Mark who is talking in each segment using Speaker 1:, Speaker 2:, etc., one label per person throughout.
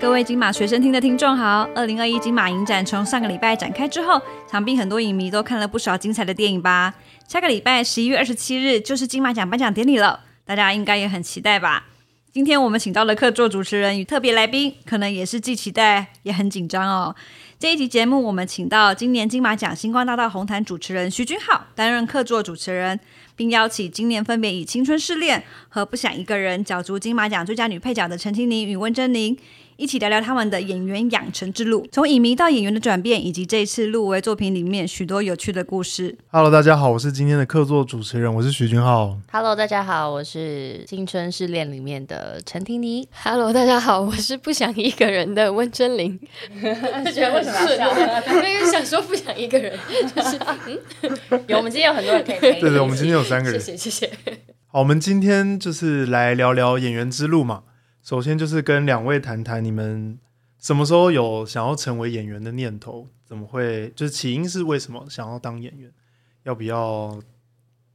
Speaker 1: 各位金马学生厅的听众好，二零二一金马影展从上个礼拜展开之后，想必很多影迷都看了不少精彩的电影吧。下个礼拜十一月二十七日就是金马奖颁奖典礼了，大家应该也很期待吧。今天我们请到了客座主持人与特别来宾，可能也是既期待也很紧张哦。这一集节目我们请到今年金马奖星光大道红毯主持人徐君浩担任客座主持人，并邀请今年分别以《青春试恋》和《不想一个人》角逐金马奖最佳女配角的陈清宁与温真菱。一起聊聊他们的演员养成之路，从影迷到演员的转变，以及这一次入围作品里面许多有趣的故事。
Speaker 2: Hello，大家好，我是今天的客座主持人，我是徐君浩。
Speaker 3: Hello，大家好，我是《青春试恋》里面的陈婷妮。
Speaker 4: Hello，大家好，我是不想一个人的温真 菱。就 觉得为什么要笑？因为想说不想一个人， 就是嗯， 有我们今天有很多人可以陪你一起。
Speaker 2: 对对，我们今天有三个人。
Speaker 4: 谢谢谢谢。
Speaker 2: 好，我们今天就是来聊聊演员之路嘛。首先就是跟两位谈谈，你们什么时候有想要成为演员的念头？怎么会？就是起因是为什么想要当演员？要不要？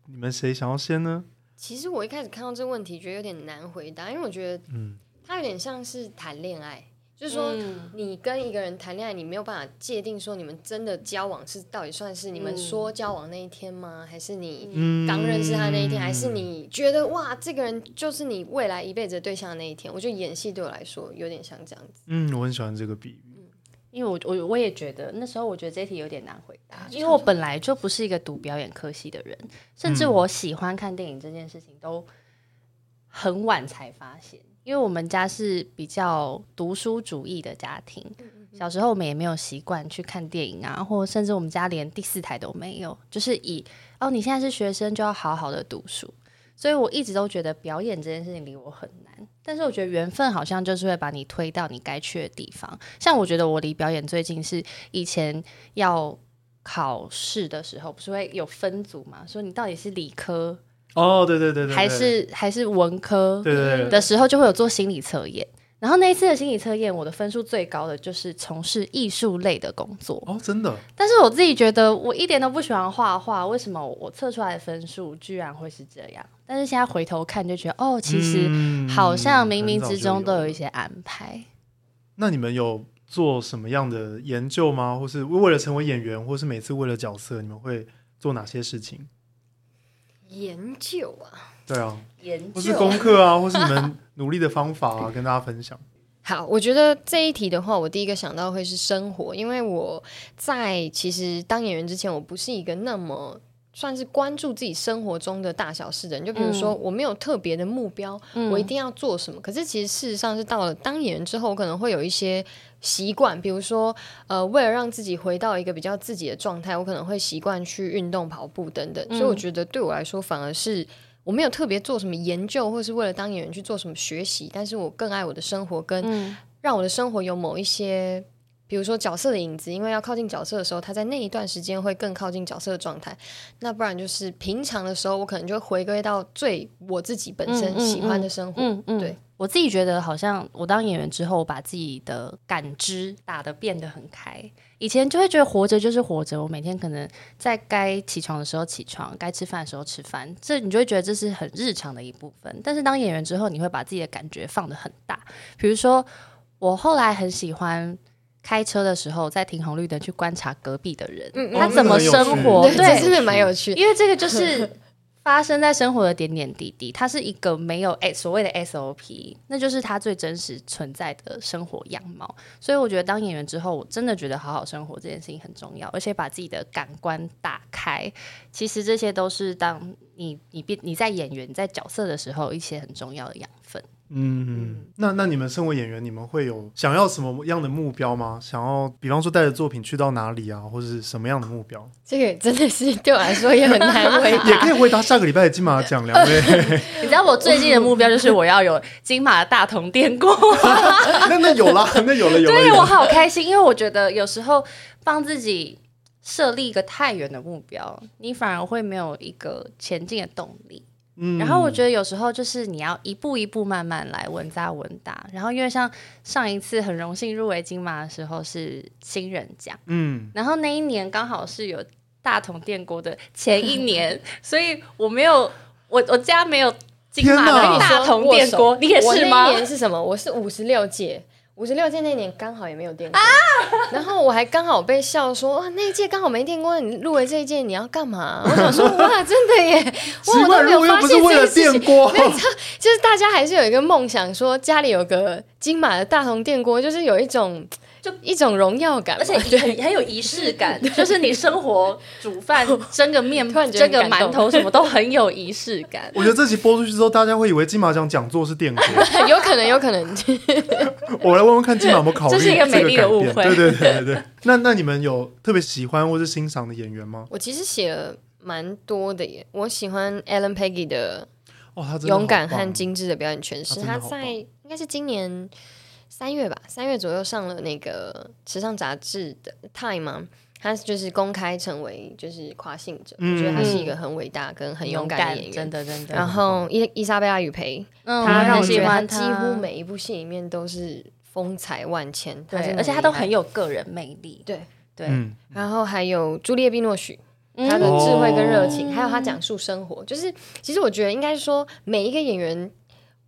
Speaker 2: 你们谁想要先呢？
Speaker 4: 其实我一开始看到这个问题，觉得有点难回答，因为我觉得
Speaker 2: 嗯，
Speaker 4: 它有点像是谈恋爱，就是说
Speaker 3: 嗯
Speaker 4: 你跟一个人谈恋爱，你没有办法界定说你们真的交往是到底算是你们
Speaker 3: 嗯
Speaker 4: 说交往那一天吗？还是你
Speaker 2: 嗯
Speaker 4: 刚认识他那一天，还是你觉得哇，这个人就是你未来一辈子的对象的那一天？我觉得演戏对我来说有点像这样子，
Speaker 2: 嗯，我很喜欢这个比喻。
Speaker 3: 因为我我我也觉得那时候我觉得这一题有点难回答，因为我本来嗯就不是一嗯个读表演科系的人，甚至我喜欢看电影这件事情都很晚才发现，因为我们家是比较读书主义的家庭，小时候我们也没有习惯去看电影啊，或甚至我们家连第四台都没有，就是以哦你现在是学生就要好好的读书，所以我一直都觉得表演这件事情离我很难。但是我觉得缘分好像就是会把你推到你该去的地方。像我觉得我离表演最近是以前要考试的时候，不是会有分组嘛？说你到底是理科
Speaker 2: 哦，对对对对，
Speaker 3: 还是还是文科
Speaker 2: 对对对对
Speaker 3: 的时候，就会有做心理测验。然后那一次的心理测验，我的分数最高的就是从事艺术类的工作。
Speaker 2: 哦，真的
Speaker 3: 但是我自己觉得我一点都不喜欢画画，为什么我测出来的分数居然会是这样？但是现在回头看就觉得，哦，其实
Speaker 2: 嗯
Speaker 3: 好像冥冥之中都有
Speaker 2: 很早就
Speaker 3: 一。些安排。
Speaker 2: 那你们有做什么样的研究吗？或是为了成为演员，或是每次为了角色，你们会做哪些事情？
Speaker 4: 研究啊。
Speaker 2: 对啊，
Speaker 3: 研
Speaker 2: 或是功课啊，或是你们努力的方法啊，跟大家分享。
Speaker 4: 好，我觉得这一题的话，我第一个想到会是生活，因为我在其实当演员之前，我不是一个那么。算是关注自己生活中的大小事的人，就比如说我没有特别的目标，我一定要做什么。可是其实事实上是到了当演员之后，我可能会有一些习惯，比如说呃，为了让自己回到一个比较自己的状态，我可能会习惯去运动、跑步等等。所以我觉得对我来说，反而是我没有特别做什么研究，或是为了当演员去做什么学习，但是我更爱我的生活跟
Speaker 3: 嗯
Speaker 4: 让我的生活有某一些，比如说角色的影子，因为要靠近角色的时候，他在那一段时间会更靠近角色的状态。那不然就是平常的时候，我可能就回归到最我自己本身
Speaker 3: 嗯嗯
Speaker 4: 喜欢的生活。
Speaker 3: 嗯嗯，
Speaker 4: 对。
Speaker 3: 我自己觉得，好像我当演员之后，我把自己的感知打得变得很开。以前就会觉得活着就是活着，我每天可能在该起床的时候起床，该吃饭的时候吃饭，这你就会觉得这是很日常的一部分。但是当演员之后，你会把自己的感觉放得很大。比如说，我后来很喜欢开车的时候，在停红绿灯去观察隔壁的人，
Speaker 4: 嗯嗯
Speaker 3: 他怎么生活，
Speaker 2: 哦那个很有趣
Speaker 3: 对
Speaker 4: 这，真的蛮有趣的。
Speaker 3: 因为这个就是发生在生活的点点滴滴，它是一个没有诶所谓的 SOP，那就是它最真实存在的生活样貌。所以我觉得当演员之后，我真的觉得好好生活这件事情很重要，而且把自己的感官打开，其实这些都是当你你变你在演员你在角色的时候一些很重要的养分。
Speaker 2: 嗯，那那你们身为演员，你们会有想要什么样的目标吗？想要，比方说带着作品去到哪里啊，或者是什么样的目标？
Speaker 4: 这个真的是对我来说也很 难为
Speaker 2: 也可以回答下个礼拜的金马奖两位。
Speaker 3: 你知道我最近的目标就是我要有金马大同电工。
Speaker 2: 那那有啦，那有了有了。
Speaker 3: 对
Speaker 2: 有
Speaker 3: 我
Speaker 2: 了
Speaker 3: 好开心，因为我觉得有时候帮自己设立一个太远的目标，你反而会没有一个前进的动力。
Speaker 2: 嗯
Speaker 3: 然后我觉得有时候就是你要一步一步慢慢来，稳扎稳打。然后因为像上一次很荣幸入围金马的时候是新人奖，
Speaker 2: 嗯，
Speaker 3: 然后那一年刚好是有大同电锅的前一 年，所以我没有我我家没有金
Speaker 2: 天
Speaker 3: 马
Speaker 2: 哪
Speaker 3: 的大同电锅，你也
Speaker 4: 哦我
Speaker 3: 是
Speaker 4: 那
Speaker 3: 吗
Speaker 4: 一？年是什么？我是五十六届，五十六届那年刚好也没有电
Speaker 3: 啊
Speaker 4: 锅，然后我还刚好被笑说哇，那一届刚好没电锅，你入围这一届你要干嘛？我想说哇，真的耶，哇，
Speaker 2: 奇
Speaker 4: 我
Speaker 2: 怪，
Speaker 4: 都
Speaker 2: 如
Speaker 4: 没有
Speaker 2: 果又
Speaker 4: 发
Speaker 2: 不是
Speaker 4: 现
Speaker 2: 为
Speaker 4: 这
Speaker 2: 了
Speaker 4: 个事
Speaker 2: 电
Speaker 4: 情。
Speaker 2: 锅，。
Speaker 4: 就是大家还是有一个梦想，说家里有个金马的大铜电锅，就是有一种
Speaker 3: 就
Speaker 4: 一种荣耀感 嘛，
Speaker 3: 而且很很有仪式 感，就是你生活煮 饭、蒸个面、
Speaker 4: 突然觉得
Speaker 3: 蒸
Speaker 4: 很
Speaker 3: 个
Speaker 4: 感
Speaker 3: 馒
Speaker 4: 动
Speaker 3: 头什么都很有仪式感
Speaker 2: 我觉得这集播出去之后，大家会以为金马奖讲座是电锅。
Speaker 4: 对 有可能，有可能。
Speaker 2: 我来问问看金马有没有考虑
Speaker 3: 这是一个
Speaker 2: 这
Speaker 3: 美丽的
Speaker 2: 改
Speaker 3: 误
Speaker 2: 变
Speaker 3: 会
Speaker 2: 对对对对对。那那你们有特别喜欢或是欣赏的演员吗？
Speaker 4: 我其实写了蛮多的耶，我喜欢 Alan Peggy 的
Speaker 2: 哦，他真的
Speaker 4: 勇敢
Speaker 2: 好棒
Speaker 4: 和精致的表演诠释，
Speaker 2: 他真的
Speaker 4: 他
Speaker 2: 好棒
Speaker 4: 在应该是今年三月吧，三月左右上了那个时尚杂志的 Time 吗？他就是公开成为就是跨性者，
Speaker 2: 嗯
Speaker 4: 我觉得他是一个很伟大跟很勇敢的演
Speaker 3: 真
Speaker 4: 员。
Speaker 3: 的真的。
Speaker 4: 然后伊伊莎贝拉·雨培，
Speaker 3: 嗯
Speaker 4: 她
Speaker 3: 我
Speaker 4: 让
Speaker 3: 很
Speaker 4: 我觉
Speaker 3: 喜
Speaker 4: 得她
Speaker 3: 欢
Speaker 4: 几乎每一部戏里面都是风采万千，她真
Speaker 3: 对，
Speaker 4: 的
Speaker 3: 而且他都
Speaker 4: 厉害
Speaker 3: 很有个人魅力。
Speaker 4: 对
Speaker 3: 对，
Speaker 2: 嗯，
Speaker 4: 然后还有朱丽叶·碧诺许，
Speaker 3: 嗯
Speaker 4: 他的
Speaker 2: 哦
Speaker 4: 智慧跟热情，还有他讲述生活，就是其实我觉得应该说每一个演员，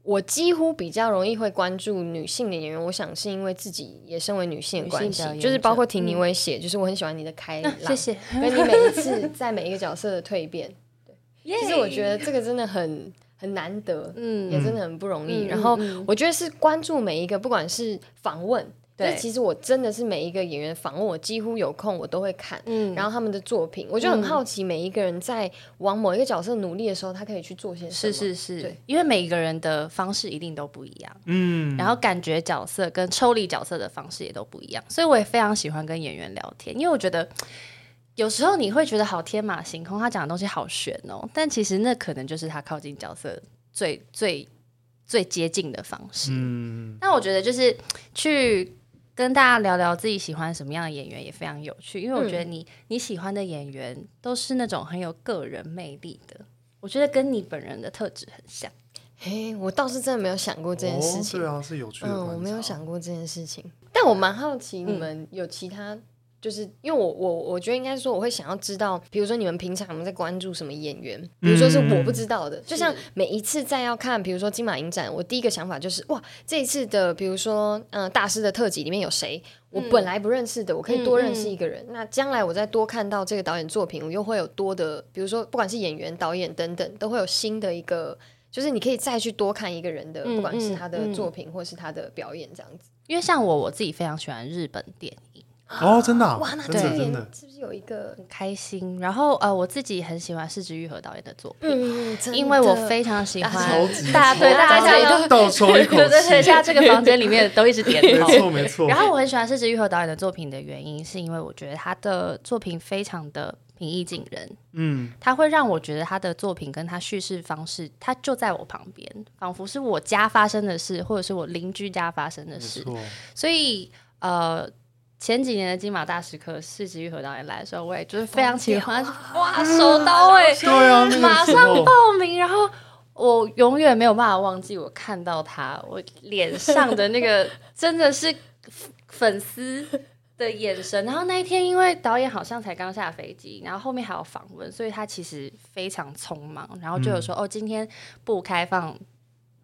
Speaker 4: 我几乎比较容易会关注女性的演员，我想是因为自己也身为女性的关系
Speaker 3: 女性表，演者嗯啊
Speaker 4: 就是包括婷妮我也写，就是我很喜欢你的开朗，啊
Speaker 3: 谢谢。
Speaker 4: 跟你每一次在每一个角色的蜕变，其
Speaker 3: 其
Speaker 4: 实我觉得这个真的很很难得，
Speaker 3: 嗯
Speaker 4: 也真的很不容易。
Speaker 3: 嗯
Speaker 4: 然后
Speaker 3: 嗯嗯
Speaker 4: 我觉得是关注每一个，不管是访问，
Speaker 3: 对
Speaker 4: 就是其实我真的是每一个演员访问，我几乎有空我都会看。
Speaker 3: 嗯
Speaker 4: 然后他们的作品，我就很好奇，每一个人在往某一个角色努力的时候，他可以去做些什
Speaker 3: 是
Speaker 4: 么。
Speaker 3: 是是
Speaker 4: 对，
Speaker 3: 因为每一个人的方式一定都不一样，
Speaker 2: 嗯，
Speaker 3: 然后感觉角色跟抽离角色的方式也都不一样，所以我也非常喜欢跟演员聊天，因为我觉得。有时候你会觉得好天马行空，他讲的东西好悬哦，但其实那可能就是他靠近角色最最最接近的方式。
Speaker 2: 嗯，
Speaker 3: 但我觉得就是去跟大家聊聊自己喜欢什么样的演员也非常有趣，因为我觉得
Speaker 2: 嗯
Speaker 3: 你、你喜欢的演员都是那种很有个人魅力的，我觉得跟你本人的特质很像。
Speaker 4: 哎，我倒是真的没有想过这件事情。
Speaker 2: 哦对啊，是有趣的观
Speaker 4: 嗯，
Speaker 2: 察。啊
Speaker 4: 我没有想过这件事情，嗯但我蛮好奇你们有其他，就是因为我我我觉得应该说我会想要知道，比如说你们平常有没有在关注什么演员，比如说是
Speaker 2: 嗯
Speaker 4: 我不知道的，就像每一次在要看，比如说金马影展，我第一个想法就是哇，这一次的比如说嗯、呃大师的特辑里面有谁，我本来不认识的，我可以多认识一个人，那将来我再多看到这个导演作品，我又会有多的，比如说不管是演员、导演等等，都会有新的一个。就是你可以再去多看一个人的，
Speaker 3: 嗯
Speaker 4: 不管是
Speaker 3: 嗯
Speaker 4: 他的
Speaker 3: 嗯
Speaker 4: 作品或是他的表演这样子。
Speaker 3: 因为像我，我自己非常喜欢日本电影，
Speaker 2: 哦，真的啊
Speaker 4: 哇，那
Speaker 2: 真
Speaker 4: 这
Speaker 2: 的
Speaker 4: 个
Speaker 2: 真
Speaker 4: 演
Speaker 2: 的，
Speaker 4: 是不是有一个？
Speaker 3: 很开心。然后呃，我自己很喜欢市之愈和导演的作品，
Speaker 4: 嗯，
Speaker 3: 因为我非常喜
Speaker 4: 啊
Speaker 3: 欢
Speaker 2: 超级
Speaker 3: 大家对
Speaker 2: 超
Speaker 3: 大家
Speaker 2: 级倒抽一口
Speaker 3: 对对对，
Speaker 2: 气
Speaker 3: 现，在这个房间里面都一直点头。
Speaker 2: 没错没错。
Speaker 3: 然后我很喜欢是枝裕和导演的作品的原因，是因为我觉得他的作品非常的平易近人，
Speaker 2: 嗯，
Speaker 3: 他会让我觉得他的作品跟他叙事方式，他就在我旁边，仿佛是我家发生的事，或者是我邻居家发生的
Speaker 2: 没
Speaker 3: 事。
Speaker 2: 错，
Speaker 3: 所以呃，前几年的金马大时刻，是枝裕和导演来的时候，我也就是非常喜欢，哇，手刀哎、
Speaker 2: 对啊，那
Speaker 3: 马
Speaker 2: 个时
Speaker 3: 上
Speaker 2: 候
Speaker 3: 报名，然后我永远没有办法忘记我看到他，我脸上的那 个真的是粉丝的眼神。然后那一天，因为导演好像才刚下飞机，然后后面还有访问，所以他其实非常匆忙，然后就
Speaker 4: 嗯
Speaker 3: 有说、哦，今天不开放。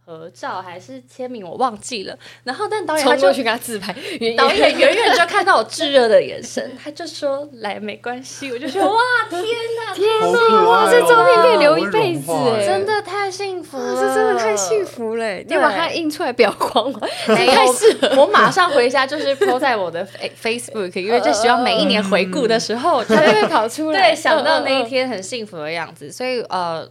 Speaker 3: 合照还是签名，我忘记了。然后，但导演他
Speaker 4: 冲
Speaker 3: 就
Speaker 4: 过去跟他自拍，远
Speaker 3: 导 演远远就看到我炙热的眼神，他就说：“来，没关系。”我就说：“哇，天哪，天
Speaker 2: 好可爱哦哇
Speaker 4: 这照片可以留一辈子
Speaker 2: 我会融化
Speaker 4: 哎
Speaker 3: 真的太幸福了，
Speaker 4: 这真的太幸。福了耶！你
Speaker 3: 对
Speaker 4: 要把它印出来裱框吗？
Speaker 3: 没有
Speaker 4: 太适合，
Speaker 3: 我马上回家就是 po 在我的 fa- Facebook，因为就希望每一年回顾的时候，就
Speaker 4: 它就
Speaker 3: 会
Speaker 4: 会跑出来。
Speaker 3: 对想到那一
Speaker 4: 嗯，
Speaker 3: 天很幸福的样子。所以呃，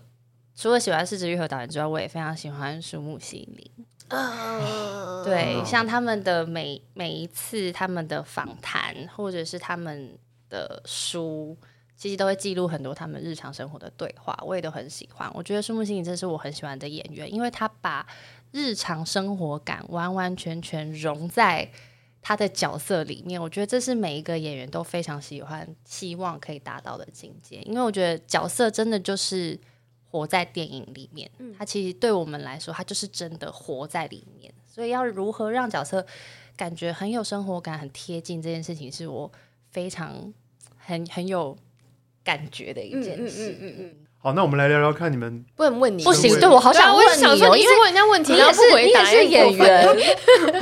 Speaker 3: 除了喜欢市之愈和导演之外，我也非常喜欢树木希林。
Speaker 4: 嗯
Speaker 3: 对，像他们的每每一次他们的访谈，或者是他们的书，其实都会记录很多他们日常生活的对话，我也都很喜欢。我觉得树木心理真是我很喜欢的演员，因为他把日常生活感完完全全融在。他的角色里面，我觉得这是每一个演员都非常喜欢、希望可以达到的境界。因为我觉得角色真的就是活在电影里面，它其实对我们来说，它就是真的活在里面。所以要如何让角色感觉很有生活感、很贴近这件事情，是
Speaker 4: 嗯
Speaker 3: 我非常很很有感觉的一件事。
Speaker 4: 嗯嗯嗯
Speaker 2: 好，那我们来聊聊看你们
Speaker 4: 不能问你，
Speaker 3: 不行，
Speaker 2: 问
Speaker 3: 对我好
Speaker 4: 对
Speaker 3: 想
Speaker 4: 啊我
Speaker 3: 问
Speaker 4: 也想
Speaker 3: 你
Speaker 4: 说
Speaker 3: 哦，
Speaker 4: 嗯你一
Speaker 3: 因
Speaker 4: 直
Speaker 3: 为
Speaker 4: 问人家问题，
Speaker 3: 你
Speaker 4: 然后
Speaker 3: 也
Speaker 4: 不
Speaker 3: 是
Speaker 4: 回
Speaker 3: 你也
Speaker 4: 答，
Speaker 3: 是
Speaker 4: 有点
Speaker 3: 演
Speaker 4: 过分。
Speaker 3: 员，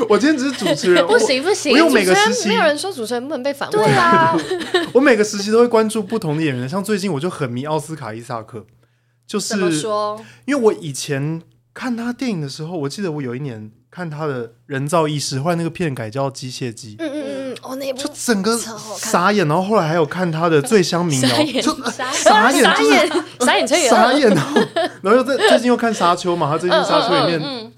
Speaker 2: 我今天只是主 持人，
Speaker 3: 不
Speaker 2: 我
Speaker 3: 行不行
Speaker 2: 我，有每
Speaker 4: 主
Speaker 2: 个
Speaker 4: 持
Speaker 2: 实
Speaker 4: 人
Speaker 2: 习
Speaker 4: 没有人说主持人不能被反问，
Speaker 3: 对啊，
Speaker 2: 我每个实习都会关注不同的演员，像最近我就很迷奥斯卡伊萨克，就是
Speaker 4: 怎么说？
Speaker 2: 因为我以前看他电影的时候，我记得我有一年看他的《人造意识》，后来那个片改叫《机械姬》
Speaker 4: 嗯嗯嗯嗯，哦那一部
Speaker 2: 就整个
Speaker 4: 超好看
Speaker 2: 傻眼，然后后来还有看他的《最香民谣》
Speaker 4: 傻眼
Speaker 2: 就呃 傻眼，
Speaker 4: 傻
Speaker 2: 就是
Speaker 4: 眼傻 眼崔元
Speaker 2: 傻
Speaker 4: 浩，
Speaker 2: 眼，然后然后又在最近又看《沙丘》嘛，他最近《沙丘》里面
Speaker 4: 嗯，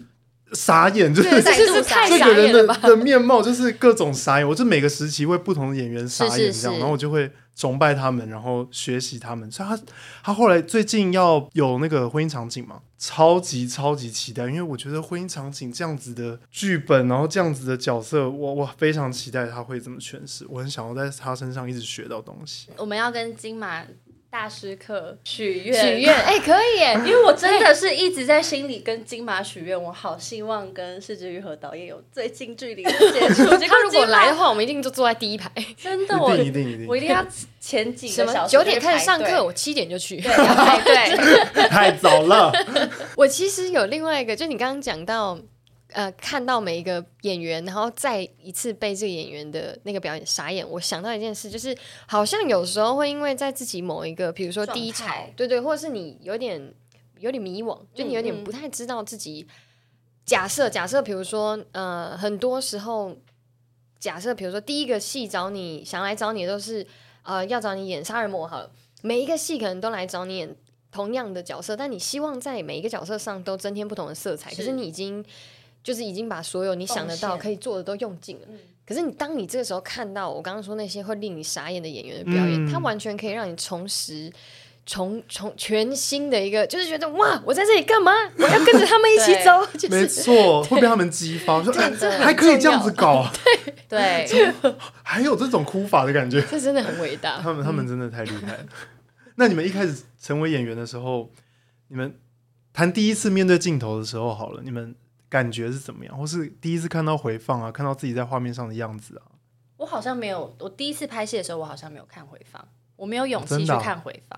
Speaker 2: 傻眼，就是这
Speaker 4: 对再
Speaker 3: 这
Speaker 4: 度
Speaker 3: 是
Speaker 4: 傻
Speaker 3: 太
Speaker 4: 眼
Speaker 2: 个人的
Speaker 3: 了吧
Speaker 2: 的面貌就是各种傻眼，我就每个时期为不同的演员傻眼这样，
Speaker 3: 是是是
Speaker 2: 然后我就会崇拜他们，然后学习他们。所以他他后来最近要有那个婚姻场景嘛，超级超级期待，因为我觉得婚姻场景这样子的剧本，然后这样子的角色，我我非常期待他会怎么诠释，我很想要在他身上一直学到东西。
Speaker 3: 我们要跟金马大师课 许愿，
Speaker 4: 许愿，哎可 以耶，
Speaker 3: 因为我真的是一直在心里跟金马许愿，我好希望跟市之愈和导演有最近距离的接触。 结果
Speaker 4: 他如
Speaker 3: 金
Speaker 4: 果
Speaker 3: 马
Speaker 4: 来的话，我们一定就坐在第一排。
Speaker 3: 真的我
Speaker 2: 一定一定一定
Speaker 3: 我，一定要前几
Speaker 4: 什
Speaker 3: 个小
Speaker 4: 么
Speaker 3: 时
Speaker 4: 九点开始
Speaker 3: 就
Speaker 4: 上
Speaker 3: 排队
Speaker 4: 课，我七点就去。
Speaker 3: 对，要排队。
Speaker 2: 太早 了。
Speaker 4: 我其实有另外一个，就你刚刚讲到，呃，看到每一个演员，然后再一次被这个演员的那个表演傻眼。我想到一件事，就是好像有时候会因为在自己某一个，比如说
Speaker 3: 状态
Speaker 4: 低潮，对对，或者是你有点有点迷惘，就你有
Speaker 3: 嗯
Speaker 4: 点
Speaker 3: 嗯
Speaker 4: 不太知道自己。假设假设，比如说，呃，很多时候，假设比如说第一个戏找你想来找你的都是，呃，要找你演杀人魔好了，每一个戏可能都来找你演同样的角色，但你希望在每一个角色上都增添不同的色彩。
Speaker 3: 是
Speaker 4: 可是你已经就是已经把所有你想得
Speaker 3: 贡
Speaker 4: 到
Speaker 3: 献
Speaker 4: 可以做的都用尽了。
Speaker 3: 嗯
Speaker 4: 可是你当你这个时候看到我刚刚说那些会令你傻眼的演员的表
Speaker 2: 嗯
Speaker 4: 演，他完全可以让你重拾。重重全新的一个，就是觉得哇，我在这里干嘛？我要 跟着他们一起走，就
Speaker 2: 没
Speaker 4: 是
Speaker 2: 错，会被他们激发，说、哎
Speaker 4: 这很
Speaker 2: 还可以这样子搞啊，
Speaker 3: 对，
Speaker 2: 还有这种哭法的感觉。
Speaker 4: 这真的很伟 大。
Speaker 2: 他们
Speaker 3: 嗯
Speaker 2: 他们真的太厉害了。那你们一开始成为演员的时候，你们谈第一次面对镜头的时候好了，你们感觉是怎么样？或是第一次看到回放啊，看到自己在画面上的样子啊？
Speaker 3: 我好像没有，我第一次拍戏的时候，我好像没有看回放，我没有勇气
Speaker 2: 真
Speaker 3: 去
Speaker 2: 的啊
Speaker 3: 看回放，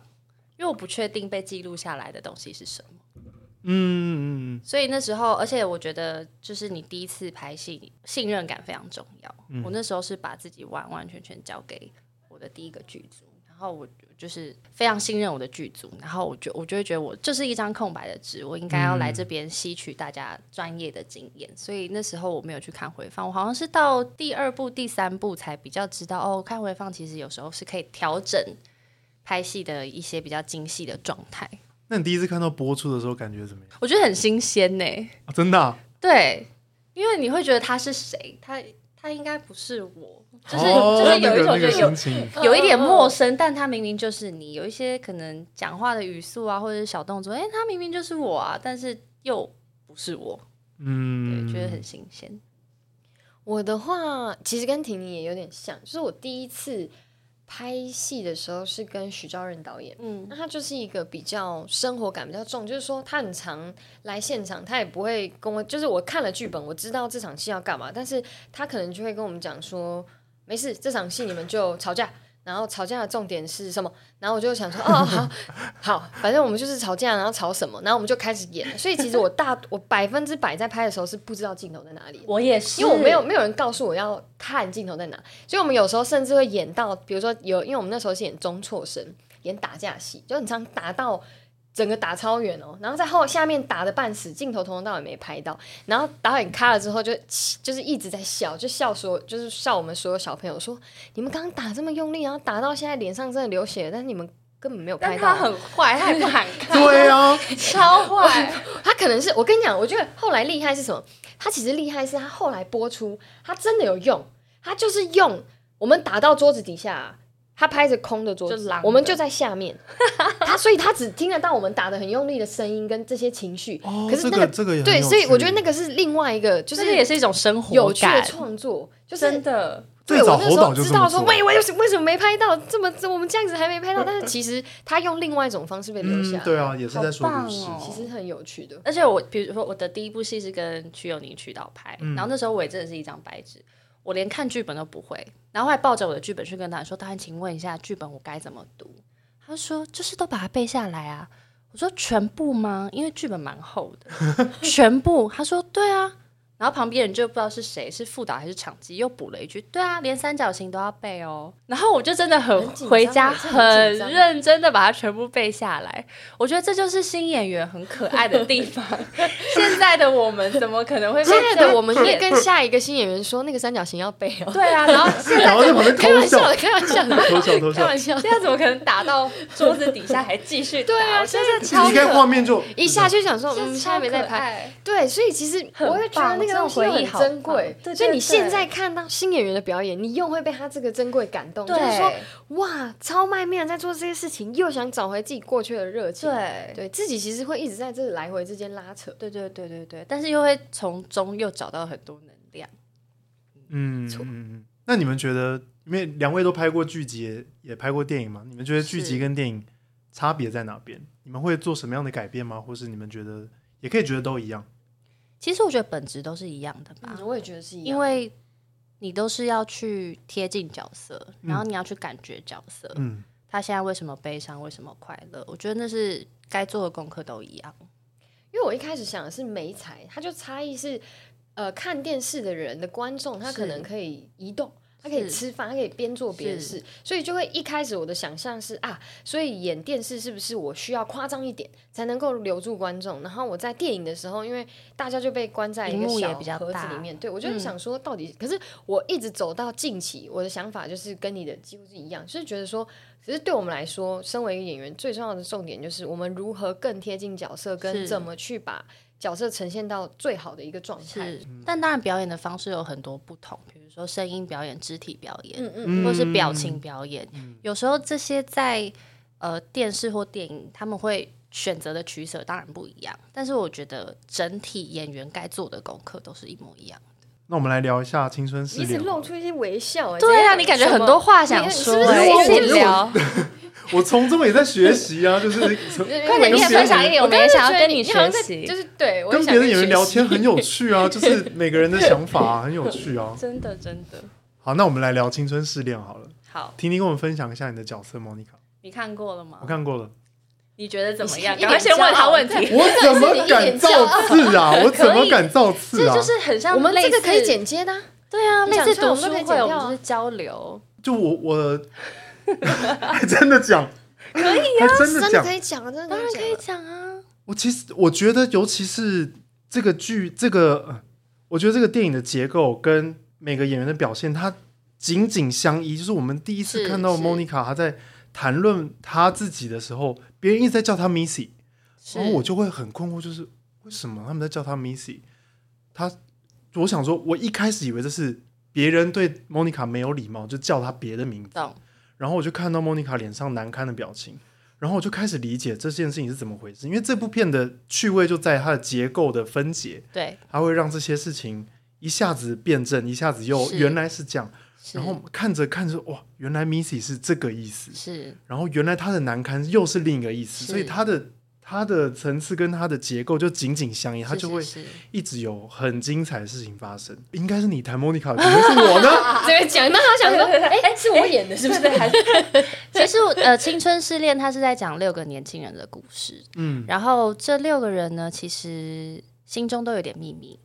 Speaker 3: 因为我不确定被记录下来的东西是什么。
Speaker 2: 嗯嗯
Speaker 3: 所以那时候，而且我觉得，就是你第一次拍戏，信任感非常重要。
Speaker 2: 嗯
Speaker 3: 我那时候是把自己完完全全交给我的第一个剧组，然后我就是非常信任我的剧组，然后我就我就会觉得我就是一张空白的纸，我应该要来这边吸取大家专业的经验。所以那时候我没有去看回放，我好像是到第二部、第三部才比较知道哦，看回放其实有时候是可以调整拍戏的一些比较精细的状态。
Speaker 2: 嗯。那你第一次看到播出的时候感觉怎么样？
Speaker 3: 我觉得很新鲜呢、
Speaker 2: 啊真的啊、
Speaker 3: 对，因为你会觉得他是谁，他他应该不是我，就是、
Speaker 2: 哦
Speaker 3: 就是
Speaker 2: 那
Speaker 3: 有一
Speaker 2: 个
Speaker 3: 种
Speaker 2: 那
Speaker 3: 就
Speaker 2: 个
Speaker 3: 是有
Speaker 2: 心、情，
Speaker 3: 有一点陌生，但他明明就是你，有一些可能讲话的语速啊，或者是小动作，哎、他明明就是我啊，但是又不是我，对，
Speaker 2: 嗯，
Speaker 3: 觉得很新鲜。
Speaker 4: 我的话，其实跟婷婷也有点像，就是我第一次拍戏的时候是跟许昭仁导演，
Speaker 3: 嗯
Speaker 4: 那他就是一个比较生活感比较重，就是说他很常来现场，他也不会跟我，就是我看了剧本，我知道这场戏要干嘛，但是他可能就会跟我们讲说，没事，这场戏你们就吵架。然后吵架的重点是什么？然后我就想说，哦，好，好，反正我们就是吵架，然后吵什么，然后我们就开始演了。所以其实我大我百分之百在拍的时候是不知道镜头在哪里的，
Speaker 3: 我也是
Speaker 4: 因为我没有没有人告诉我要看镜头在哪，所以我们有时候甚至会演到，比如说有，因为我们那时候是演中错生，演打架戏，就很常打到整个打超远哦，然后在后下面打的半死，镜头从头到尾没拍到，然后导演卡了之后就就是一直在笑，就笑说就是笑我们所有小朋友说，你们刚刚打这么用力，然后打到现在脸上真的流血了，但是你们根本没有拍
Speaker 3: 但
Speaker 4: 到
Speaker 3: 他
Speaker 4: 啊，
Speaker 3: 很坏，他也不喊看，
Speaker 2: 对 啊，
Speaker 3: 超坏，
Speaker 4: 他可能是我跟你讲，我觉得后来厉害是什么？他其实厉害是他后来播出，他真的有用，他就是用我们打到桌子底下啊、他拍着空的桌
Speaker 3: 就
Speaker 4: 子
Speaker 3: 狼，的
Speaker 4: 我们就在下面，他所以他只听得到我们打的很用力的声音跟这些情绪。
Speaker 2: 哦，
Speaker 4: 可是
Speaker 2: 这
Speaker 4: 那个、
Speaker 2: 个这个也很
Speaker 4: 对，
Speaker 2: 有
Speaker 4: 所以我觉得
Speaker 2: 趣
Speaker 4: 那个是另外一个，就
Speaker 3: 就是是也是一种生活
Speaker 4: 有趣的
Speaker 3: 感，
Speaker 4: 创作，就是
Speaker 3: 真的。
Speaker 4: 对，
Speaker 2: 最早
Speaker 4: 我那
Speaker 2: 侯
Speaker 4: 时
Speaker 2: 导
Speaker 4: 候
Speaker 2: 就
Speaker 4: 知
Speaker 2: 这么
Speaker 4: 道说，
Speaker 2: 做，
Speaker 4: 喂，我为什为什么没拍到？这么这我们这样子还没拍到，但是其实他用另外一种方式被留下
Speaker 2: 嗯，
Speaker 4: 来，
Speaker 2: 对啊，也是在说
Speaker 3: 好
Speaker 2: 故
Speaker 3: 棒
Speaker 2: 事，
Speaker 3: 哦
Speaker 4: 其实很有趣的。
Speaker 3: 而且我比如说我的第一部戏是跟曲友宁曲导拍，
Speaker 2: 嗯
Speaker 3: 然后那时候我也真的是一张白纸，我连看剧本都不会，然后还抱着我的剧本去跟导演说：“导演，请问一下剧本我该怎么读？”他他说就是都把它背下来啊。我说全部吗？因为剧本蛮厚的， 全部。他说对啊。然后旁边人就不知道是谁，是副导还是场记，又补了一句：“对啊，连三角形都要背哦。”然后我就真的很
Speaker 4: 很紧张
Speaker 3: 回家，
Speaker 4: 哎这很
Speaker 3: 很
Speaker 4: 紧张
Speaker 3: 认真的把它全部背下来。我觉得这就是新演员很可爱的地 方。现在的我们怎么可能会被
Speaker 4: 现在的我们
Speaker 3: 这样
Speaker 4: 会
Speaker 3: 骗
Speaker 4: 跟下一个新演员说，那个三角形要背哦。
Speaker 3: 对啊，然后现在
Speaker 2: 然后在旁边
Speaker 4: 开
Speaker 2: 偷
Speaker 4: 玩笑
Speaker 2: 笑
Speaker 4: 的，，开玩笑的，
Speaker 2: 偷笑偷
Speaker 4: 开
Speaker 2: 笑
Speaker 4: 玩，笑的。
Speaker 3: 现在怎么可能打到桌子底下还继续打？
Speaker 4: 对啊
Speaker 3: 我觉得
Speaker 4: 现在
Speaker 3: 超
Speaker 2: 离开画面就
Speaker 4: 一下去想说，
Speaker 3: 真的
Speaker 4: 嗯，现在
Speaker 3: 超
Speaker 4: 没
Speaker 3: 可
Speaker 4: 在拍。
Speaker 3: 爱。
Speaker 4: 对，所以其实
Speaker 3: 很
Speaker 4: 我会觉得
Speaker 3: 棒
Speaker 4: 那个
Speaker 3: 这种
Speaker 4: 东西
Speaker 3: 回忆
Speaker 4: 很
Speaker 3: 好棒
Speaker 4: 珍贵
Speaker 3: 对，
Speaker 4: 所以
Speaker 3: 对
Speaker 4: 你现
Speaker 3: 对
Speaker 4: 在看到新演员的表演，你又会被他这个珍贵感动，就
Speaker 3: 对
Speaker 4: 是说哇，超卖命地在做这些事情，又想找回自己过去的热情，
Speaker 3: 对
Speaker 4: 对自己其实会一直在这来回之间拉扯。
Speaker 3: 对对对对对，但是又会从中又找到很多能量。
Speaker 2: 嗯嗯嗯。那你们觉得，因为两位都拍过剧集，也也拍过电影嘛，你们觉得剧集
Speaker 3: 是
Speaker 2: 跟电影差别在哪边？你们会做什么样的改变吗？或是你们觉得也可以觉得都一样？
Speaker 3: 其实我觉得本质都是一样的吧，
Speaker 4: 嗯，我也觉得是一样，
Speaker 3: 因为你都是要去贴近角色，
Speaker 2: 嗯
Speaker 3: 然后你要去感觉角色，
Speaker 2: 嗯，
Speaker 3: 他现在为什么悲伤，为什么快乐？我觉得那是该做的功课都一样。
Speaker 4: 因为我一开始想的是媒材，它就差异是，呃，看电视的人的观众，他可
Speaker 3: 是
Speaker 4: 能可以移动。他可以
Speaker 3: 是
Speaker 4: 吃饭，他可以边做别的
Speaker 3: 是
Speaker 4: 事，所以就会一开始我的想象是啊，所以演电视是不是我需要夸张一点才能够留住观众？然后我在电影的时候，因为大家就被关在一
Speaker 3: 荧
Speaker 4: 个
Speaker 3: 幕也
Speaker 4: 小
Speaker 3: 比较
Speaker 4: 盒子
Speaker 3: 大嗯
Speaker 4: 里面，对我就是想说到底，可是我一直走到近期，我的想法就是跟你的几乎是一样，就是觉得说，只是对我们来说，身为一个演员，最重要的重点就是我们如何更贴近角色，跟
Speaker 3: 是
Speaker 4: 怎么去把角色呈现到最好的一个状态。
Speaker 3: 是，但当然表演的方式有很多不同，比如说声音表演、肢体表演，
Speaker 4: 嗯嗯，
Speaker 2: 嗯
Speaker 3: 或是表情表演。有时候这些在呃电视或电影，他们会选择的取舍当然不一样，但是我觉得整体演员该做的功课都是一模一样。
Speaker 2: 那我们来聊一下《青春
Speaker 4: 你
Speaker 2: 四
Speaker 4: 一直
Speaker 2: 年》好
Speaker 4: 露
Speaker 2: 了。
Speaker 4: 出一些微笑、哎
Speaker 3: 对啊，
Speaker 4: 这样
Speaker 3: 你感觉
Speaker 4: 什么
Speaker 3: 很多话想说，欸
Speaker 4: 你
Speaker 2: 哎
Speaker 4: 你是不
Speaker 2: 我
Speaker 4: 是
Speaker 2: 一
Speaker 3: 一
Speaker 2: 起
Speaker 3: 起
Speaker 2: 聊
Speaker 3: 聊。
Speaker 2: 我从中也在学习啊，就是
Speaker 4: 快
Speaker 3: 快点，你也分享一点，我们也想要跟你
Speaker 4: 你好
Speaker 3: 学
Speaker 4: 像在
Speaker 3: 习
Speaker 4: 就。是对，我也
Speaker 2: 跟
Speaker 4: 想
Speaker 2: 别的演
Speaker 4: 学
Speaker 2: 员聊
Speaker 4: 习
Speaker 2: 天很有趣啊，就是每个人的想法啊、很有趣啊。
Speaker 3: 真的，真的
Speaker 2: 好，那我们来聊《青春试恋》好了，
Speaker 3: 好，
Speaker 2: 婷婷跟我们分享一下你的角色莫妮卡，
Speaker 3: 你看过了吗
Speaker 2: 我？看过了，
Speaker 3: 你觉得怎么 样？
Speaker 4: 你是
Speaker 3: 赶快先问他问题。
Speaker 2: 我怎么敢造次啊？我怎么敢造次
Speaker 3: 这
Speaker 2: 啊
Speaker 3: 就？是很像
Speaker 4: 我们这个
Speaker 3: 类似
Speaker 4: 可以剪接的啊、
Speaker 3: 对啊，
Speaker 4: 你
Speaker 3: 类
Speaker 4: 讲
Speaker 3: 似
Speaker 4: 出来
Speaker 3: 读
Speaker 4: 我们
Speaker 3: 书
Speaker 4: 都可以
Speaker 3: 会，
Speaker 4: 剪
Speaker 3: 我
Speaker 4: 掉啊
Speaker 3: 们就是交流。
Speaker 2: 就我我还真的讲，可以啊，还真的
Speaker 4: 真的
Speaker 2: 讲
Speaker 4: 可。以讲啊，真的
Speaker 3: 当然可以
Speaker 4: 讲
Speaker 3: 讲
Speaker 4: 啊。
Speaker 3: 啊，
Speaker 2: 我其实我觉得，尤其是这个剧，这个呃我觉得这个电影的结构跟每个演员的表现，它紧紧相依。就是我们第一次
Speaker 3: 是
Speaker 2: 看到
Speaker 3: 是
Speaker 2: Monica 她在谈论她自己的时候，别人一直在叫她 Missy，然后我就会很困惑，就是为什么他们在叫她 Missy？她，我想说，我一开始以为这是别人对 Monica 没有礼貌，就叫她别的名字。
Speaker 3: 懂。
Speaker 2: 然后我就看到莫妮卡脸上难堪的表情，然后我就开始理解这件事情是怎么回事。因为这部片的趣味就在它的结构的分解，
Speaker 3: 对，
Speaker 2: 它会让这些事情一下子辩证，一下子又
Speaker 3: 是
Speaker 2: 原来是这样。
Speaker 3: 是
Speaker 2: 然后看着看着，哇，原来 Missy 是这个意思，
Speaker 3: 是
Speaker 2: 然后原来她的难堪又是另一个意思，
Speaker 3: 是
Speaker 2: 所以它的它的层次跟它的结构就紧紧相依，它就会
Speaker 3: 是是
Speaker 2: 一直有很精彩的事情发生。应该是你谈莫妮卡，怎么会是我呢？
Speaker 4: 这个讲，那他想 说，哎、是我演的，是不是？还是
Speaker 3: 其实我呃，《青春试恋》它是在讲六个年轻人的故事，
Speaker 2: 嗯
Speaker 3: 然后这六个人呢，其实心中都有点秘密。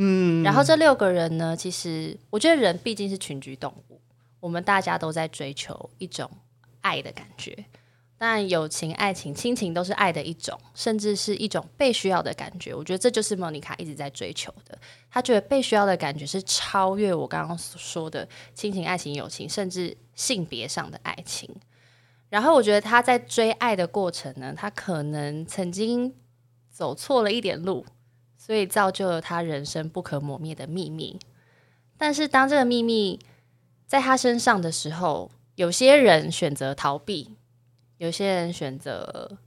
Speaker 2: 嗯，
Speaker 3: 然后这六个人呢，其实我觉得人毕竟是群居动物，我们大家都在追求一种爱的感觉。当然，友情、爱情、亲情都是爱的一种，甚至是一种被需要的感觉。我觉得这就是莫妮卡一直在追求的。她觉得被需要的感觉是超越我刚刚所说的亲情、爱情、友情，甚至性别上的爱情。然后我觉得她在追爱的过程呢，她可能曾经走错了一点路，所以造就了他人生不可磨灭的秘密。但是当这个秘密在他身上的时候，有些人选择逃避，有些人选择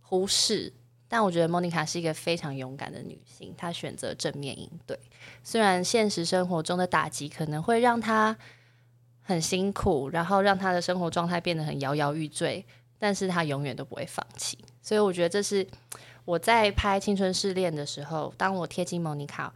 Speaker 3: 忽视。但我觉得莫妮卡是一个非常勇敢的女性，她选择正面应对。虽然现实生活中的打击可能会让她很辛苦，然后让她的生活状态变得很摇摇欲坠，但是她永远都不会放弃。所以我觉得这是我在拍《青春试恋》的时候，当我贴近莫妮卡，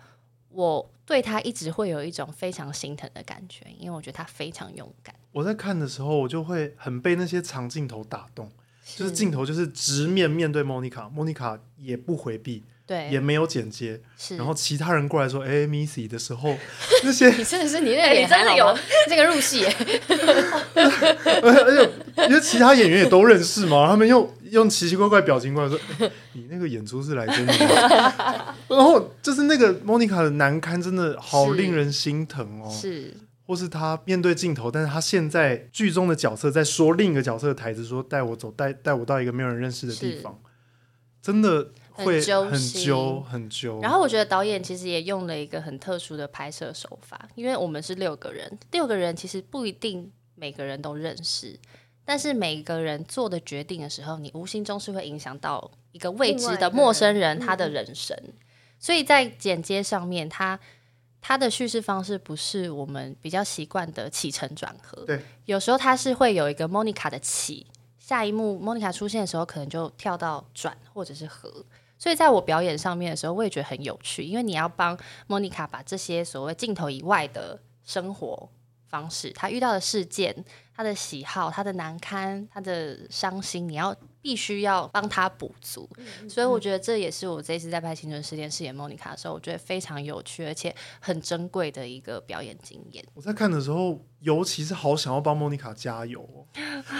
Speaker 3: 我对她一直会有一种非常心疼的感觉，因为我觉得她非常勇敢。
Speaker 2: 我在看的时候，我就会很被那些长镜头打动，就是镜头就是直面面对莫妮卡，莫妮卡也不回避，也
Speaker 3: 对，
Speaker 2: 没有剪接。
Speaker 3: 哎是。
Speaker 2: 然后其他人过来说：“哎、m i s s y 的时候， 那些
Speaker 4: 你真的是你那
Speaker 3: 哎
Speaker 4: 个
Speaker 3: 你
Speaker 4: 脸还
Speaker 3: 真的
Speaker 4: 好
Speaker 3: 有
Speaker 4: 吗这个入戏耶，
Speaker 2: 而呃且因为其他演员也都认识嘛，他们用用奇奇怪怪表情过来说：“哎你那个演出是来真的吗？” 然后就是那个莫妮卡的难堪，真的好
Speaker 3: 是
Speaker 2: 令人心疼哦。
Speaker 3: 是
Speaker 2: 或是他面对镜头，但是他现在剧中的角色在说另一个角色的台词，说带我走，带带我到一个没有人认识的地
Speaker 3: 是
Speaker 2: 方，真的会
Speaker 3: 很揪
Speaker 2: 很
Speaker 3: 心
Speaker 2: 揪很揪。
Speaker 3: 然后我觉得导演其实也用了一个很特殊的拍摄手法，因为我们是六个人，六个人其实不一定每个人都认识，但是每个人做的决定的时候，你无形中是会影响到一个未知的陌生人他的人生，所以在剪接上面，他他的叙事方式不是我们比较习惯的起承转合，
Speaker 2: 对，
Speaker 3: 有时候他是会有一个 Monica 的起，下一幕 Monica 出现的时候，可能就跳到转或者是合。所以在我表演上面的时候，我也觉得很有趣，因为你要帮莫妮卡把这些所谓镜头以外的生活方式，她遇到的事件、她的喜好、她的难堪、她的伤心，你要必须要帮她补足。
Speaker 4: 嗯
Speaker 3: 所以我觉得这也是我这一次在拍《青春试炼》饰演莫妮卡的时候，我觉得非常有趣，而且很珍贵的一个表演经验。
Speaker 2: 我在看的时候，尤其是好想要帮莫妮卡加油、哦，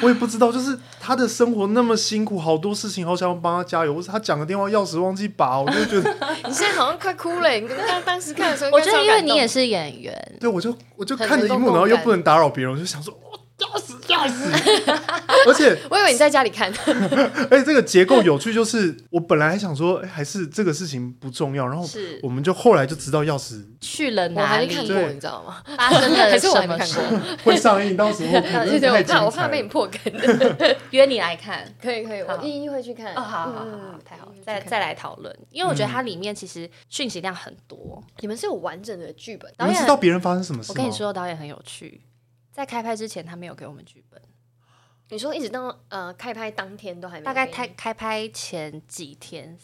Speaker 2: 我也不知道，就是她的生活那么辛苦，好多事情好想要帮她加油，或是她讲个电话钥匙忘记拔，我就觉 得，，
Speaker 4: 你现在好像快哭了耶。你刚当时看的时候应
Speaker 3: 我
Speaker 4: 该
Speaker 3: 觉
Speaker 4: 超
Speaker 3: 得
Speaker 4: 感
Speaker 3: 因
Speaker 4: 动，
Speaker 3: 为你也是演员
Speaker 2: 对我就我就
Speaker 4: 很
Speaker 2: 看着
Speaker 4: 能
Speaker 2: 荧
Speaker 4: 够
Speaker 2: 幕，然后
Speaker 4: 共
Speaker 2: 又
Speaker 4: 感
Speaker 2: 不能打扰别人，我就想说，我要死要 死，而且
Speaker 4: 我以为你在家里看，
Speaker 2: 而哎且这个结构有趣，就是我本来还想说，哎，还是这个事情不重要，然后
Speaker 3: 是
Speaker 2: 我们就后来就知道钥匙
Speaker 3: 去了
Speaker 4: 我
Speaker 3: 哪
Speaker 4: 还没
Speaker 3: 里
Speaker 4: 看，过，你知道吗？
Speaker 3: 发生了
Speaker 4: 还是我
Speaker 3: 什
Speaker 4: 还没
Speaker 3: 么
Speaker 4: 看
Speaker 3: 事，
Speaker 4: 过？
Speaker 2: 会上映，到 时候可
Speaker 4: 对
Speaker 2: 能
Speaker 4: 对，我
Speaker 2: 太
Speaker 4: 怕我
Speaker 2: 精
Speaker 4: 怕被
Speaker 2: 彩
Speaker 4: 你
Speaker 2: 了。
Speaker 4: 破梗。
Speaker 3: 约你来看。
Speaker 4: 可以可以，我
Speaker 3: 好
Speaker 4: 一一会去看。
Speaker 3: 哦，好好好
Speaker 4: 嗯
Speaker 3: 好，
Speaker 4: 嗯
Speaker 3: 好
Speaker 4: 嗯
Speaker 3: 太好了
Speaker 4: 一一，会
Speaker 3: 再
Speaker 4: 去看嗯
Speaker 3: 再来讨论，因为我觉得它里面其实讯息量很多。
Speaker 4: 你们是有完整的剧本，
Speaker 2: 你们知道别人发生什么事
Speaker 3: 我
Speaker 2: 吗？
Speaker 3: 跟你说，导演很有趣，在开拍之前他没有给我们剧本，
Speaker 4: 你说一直到呃开拍当天都还没有
Speaker 3: 大概
Speaker 4: 给你
Speaker 3: 开开拍前几天，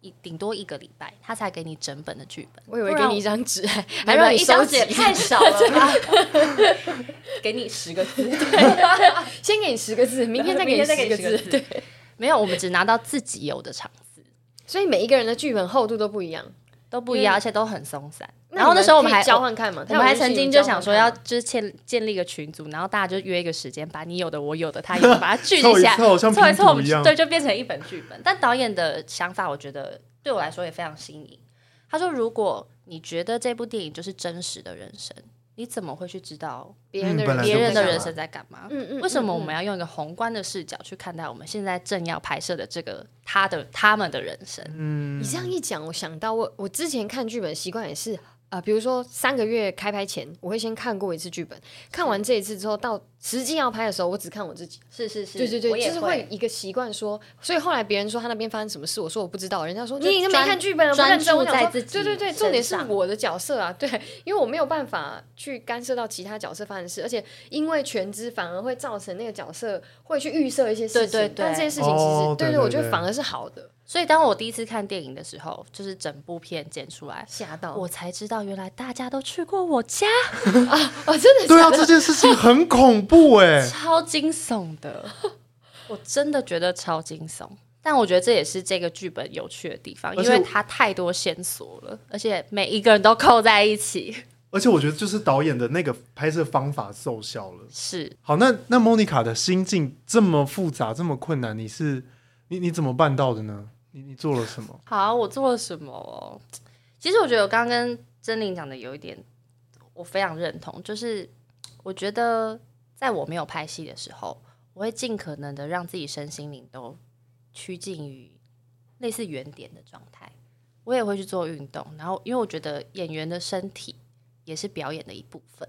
Speaker 3: 一顶多一个礼拜，他才给你整本的剧 本。
Speaker 4: 我以为
Speaker 3: 不
Speaker 4: 给
Speaker 3: 然
Speaker 4: 你一张纸，还还
Speaker 3: 没
Speaker 4: 让
Speaker 3: 有
Speaker 4: 你
Speaker 3: 一
Speaker 4: 收
Speaker 3: 张
Speaker 4: 集
Speaker 3: 纸，太少了吧？ 给你十个字，
Speaker 4: 先给你十个字，明天再给你十个字。对，
Speaker 3: 对，没有，我们只拿到自己有的场次，
Speaker 4: 所以每一个人的剧本厚度都不一样。
Speaker 3: 都不一样，而且都很松散。
Speaker 4: 你
Speaker 3: 然后那
Speaker 4: 们
Speaker 3: 时候我
Speaker 4: 可
Speaker 3: 们
Speaker 4: 以
Speaker 3: 还
Speaker 4: 交换看嘛，
Speaker 3: 我们还曾经就想说要
Speaker 4: 他
Speaker 3: 就是建建立一个群组，然后大家就约一个时间，把你有的我有的他有的把它聚集
Speaker 2: 凑一
Speaker 3: 起来，
Speaker 2: 凑像
Speaker 3: 凑一
Speaker 2: 拼
Speaker 3: 凑，我
Speaker 2: 图
Speaker 3: 们
Speaker 2: 一
Speaker 3: 就
Speaker 2: 样
Speaker 3: 对，就变成一本剧本。但导演的想法，我觉得对我来说也非常新颖。他说，如果你觉得这部电影就是真实的人生，你怎么会去知道
Speaker 4: 有人
Speaker 2: 嗯
Speaker 4: 去你
Speaker 2: 本
Speaker 4: 交换看
Speaker 2: 来
Speaker 4: 嘛
Speaker 3: 别
Speaker 2: 就
Speaker 3: 人
Speaker 2: 不知
Speaker 3: 的
Speaker 2: 道
Speaker 3: 人生在干嘛？
Speaker 4: 嗯嗯，
Speaker 3: 为什么
Speaker 4: 嗯
Speaker 3: 我们？要用一个宏观的视角去看待我们现在正要拍摄的这个他的他们的人生？
Speaker 4: 嗯
Speaker 2: 嗯
Speaker 4: 你，这样一讲，我想到我我之前看剧本习惯也是啊，比如说三个月开拍前，我会先看过一次剧本，看完这一次之后，到实际要拍的时候，我只看我自己。
Speaker 3: 是是是
Speaker 4: 对对对，就是会一个习惯说，所以后来别人说他那边发生什么事，我说我不知道，人家说你已经没
Speaker 3: 专
Speaker 4: 看剧本了，不
Speaker 3: 专
Speaker 4: 认真。
Speaker 3: 注
Speaker 4: 我想说
Speaker 3: 在自己
Speaker 4: 对对对，
Speaker 3: 身
Speaker 4: 重点是
Speaker 3: 上
Speaker 4: 我的角色啊，对，因为我没有办法去干涉到其他角色发生的事，而且因为全知反而会造成那个角色会去预设一些事情，
Speaker 3: 对对对
Speaker 4: 但这些事情其实、
Speaker 2: 哦
Speaker 4: 对
Speaker 2: 对
Speaker 4: 我
Speaker 2: 对
Speaker 4: 觉得
Speaker 2: 对
Speaker 4: 反而是好的，
Speaker 3: 所以当我第一次看电影的时候，就是整部片剪出来，
Speaker 4: 吓到
Speaker 3: 我才知道原来大家都去过我家，
Speaker 4: 哦，真的
Speaker 2: 对
Speaker 4: 假
Speaker 2: 啊，
Speaker 4: 的
Speaker 2: 这件事情很恐怖哎、
Speaker 3: 超惊悚的。 我真的觉得超惊悚，但我觉得这也是这个剧本有趣的地方，
Speaker 2: 而
Speaker 3: 因
Speaker 2: 且
Speaker 3: 为它太多线索了，而且每一个人都扣在一起。
Speaker 2: 而且我觉得就是导演的那个拍摄方法奏效了。
Speaker 3: 是
Speaker 2: 好，那那莫妮卡的心境这么复杂，这么困难，你是你你怎么办到的呢？你你做了什么？
Speaker 3: 好，我做了什么哦？其实我觉得我刚刚跟真玲讲的有一点，我非常认同，就是我觉得在我没有拍戏的时候，我会尽可能的让自己身心灵都趋近于类似原点的状态。我也会去做运动，然后因为我觉得演员的身体也是表演的一部分，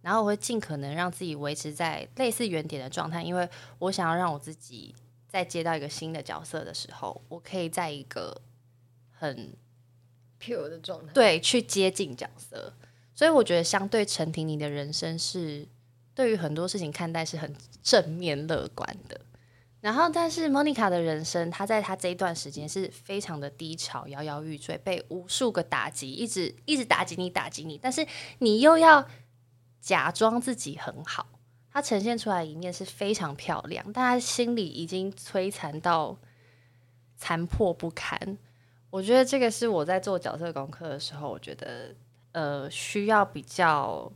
Speaker 3: 然后我会尽可能让自己维持在类似原点的状态，因为我想要让我自己在接到一个新的角色的时候，我可以在一个很
Speaker 4: pure 的状态，
Speaker 3: 对去接近角色。所以我觉得，相对陈婷，你的人生是对于很多事情看待是很正面乐观的。然后，但是 Monica 的人生，她在她这一段时间是非常的低潮，摇摇欲坠，被无数个打击，一直一直打击你，打击你。但是你又要假装自己很好，他呈现出来的一面是非常漂亮，但他心里已经摧残到残破不堪。我觉得这个是我在做角色功课的时候，我觉得呃需要比较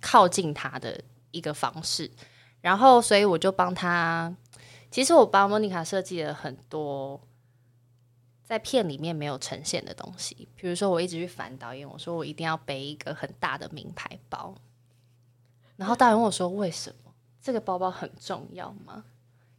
Speaker 3: 靠近他的一个方式。然后，所以我就帮他，其实我帮莫妮卡设计了很多在片里面没有呈现的东西，比如说我一直去烦导演，我说我一定要背一个很大的名牌包，然后导演问我说为什么这个包包很重要吗？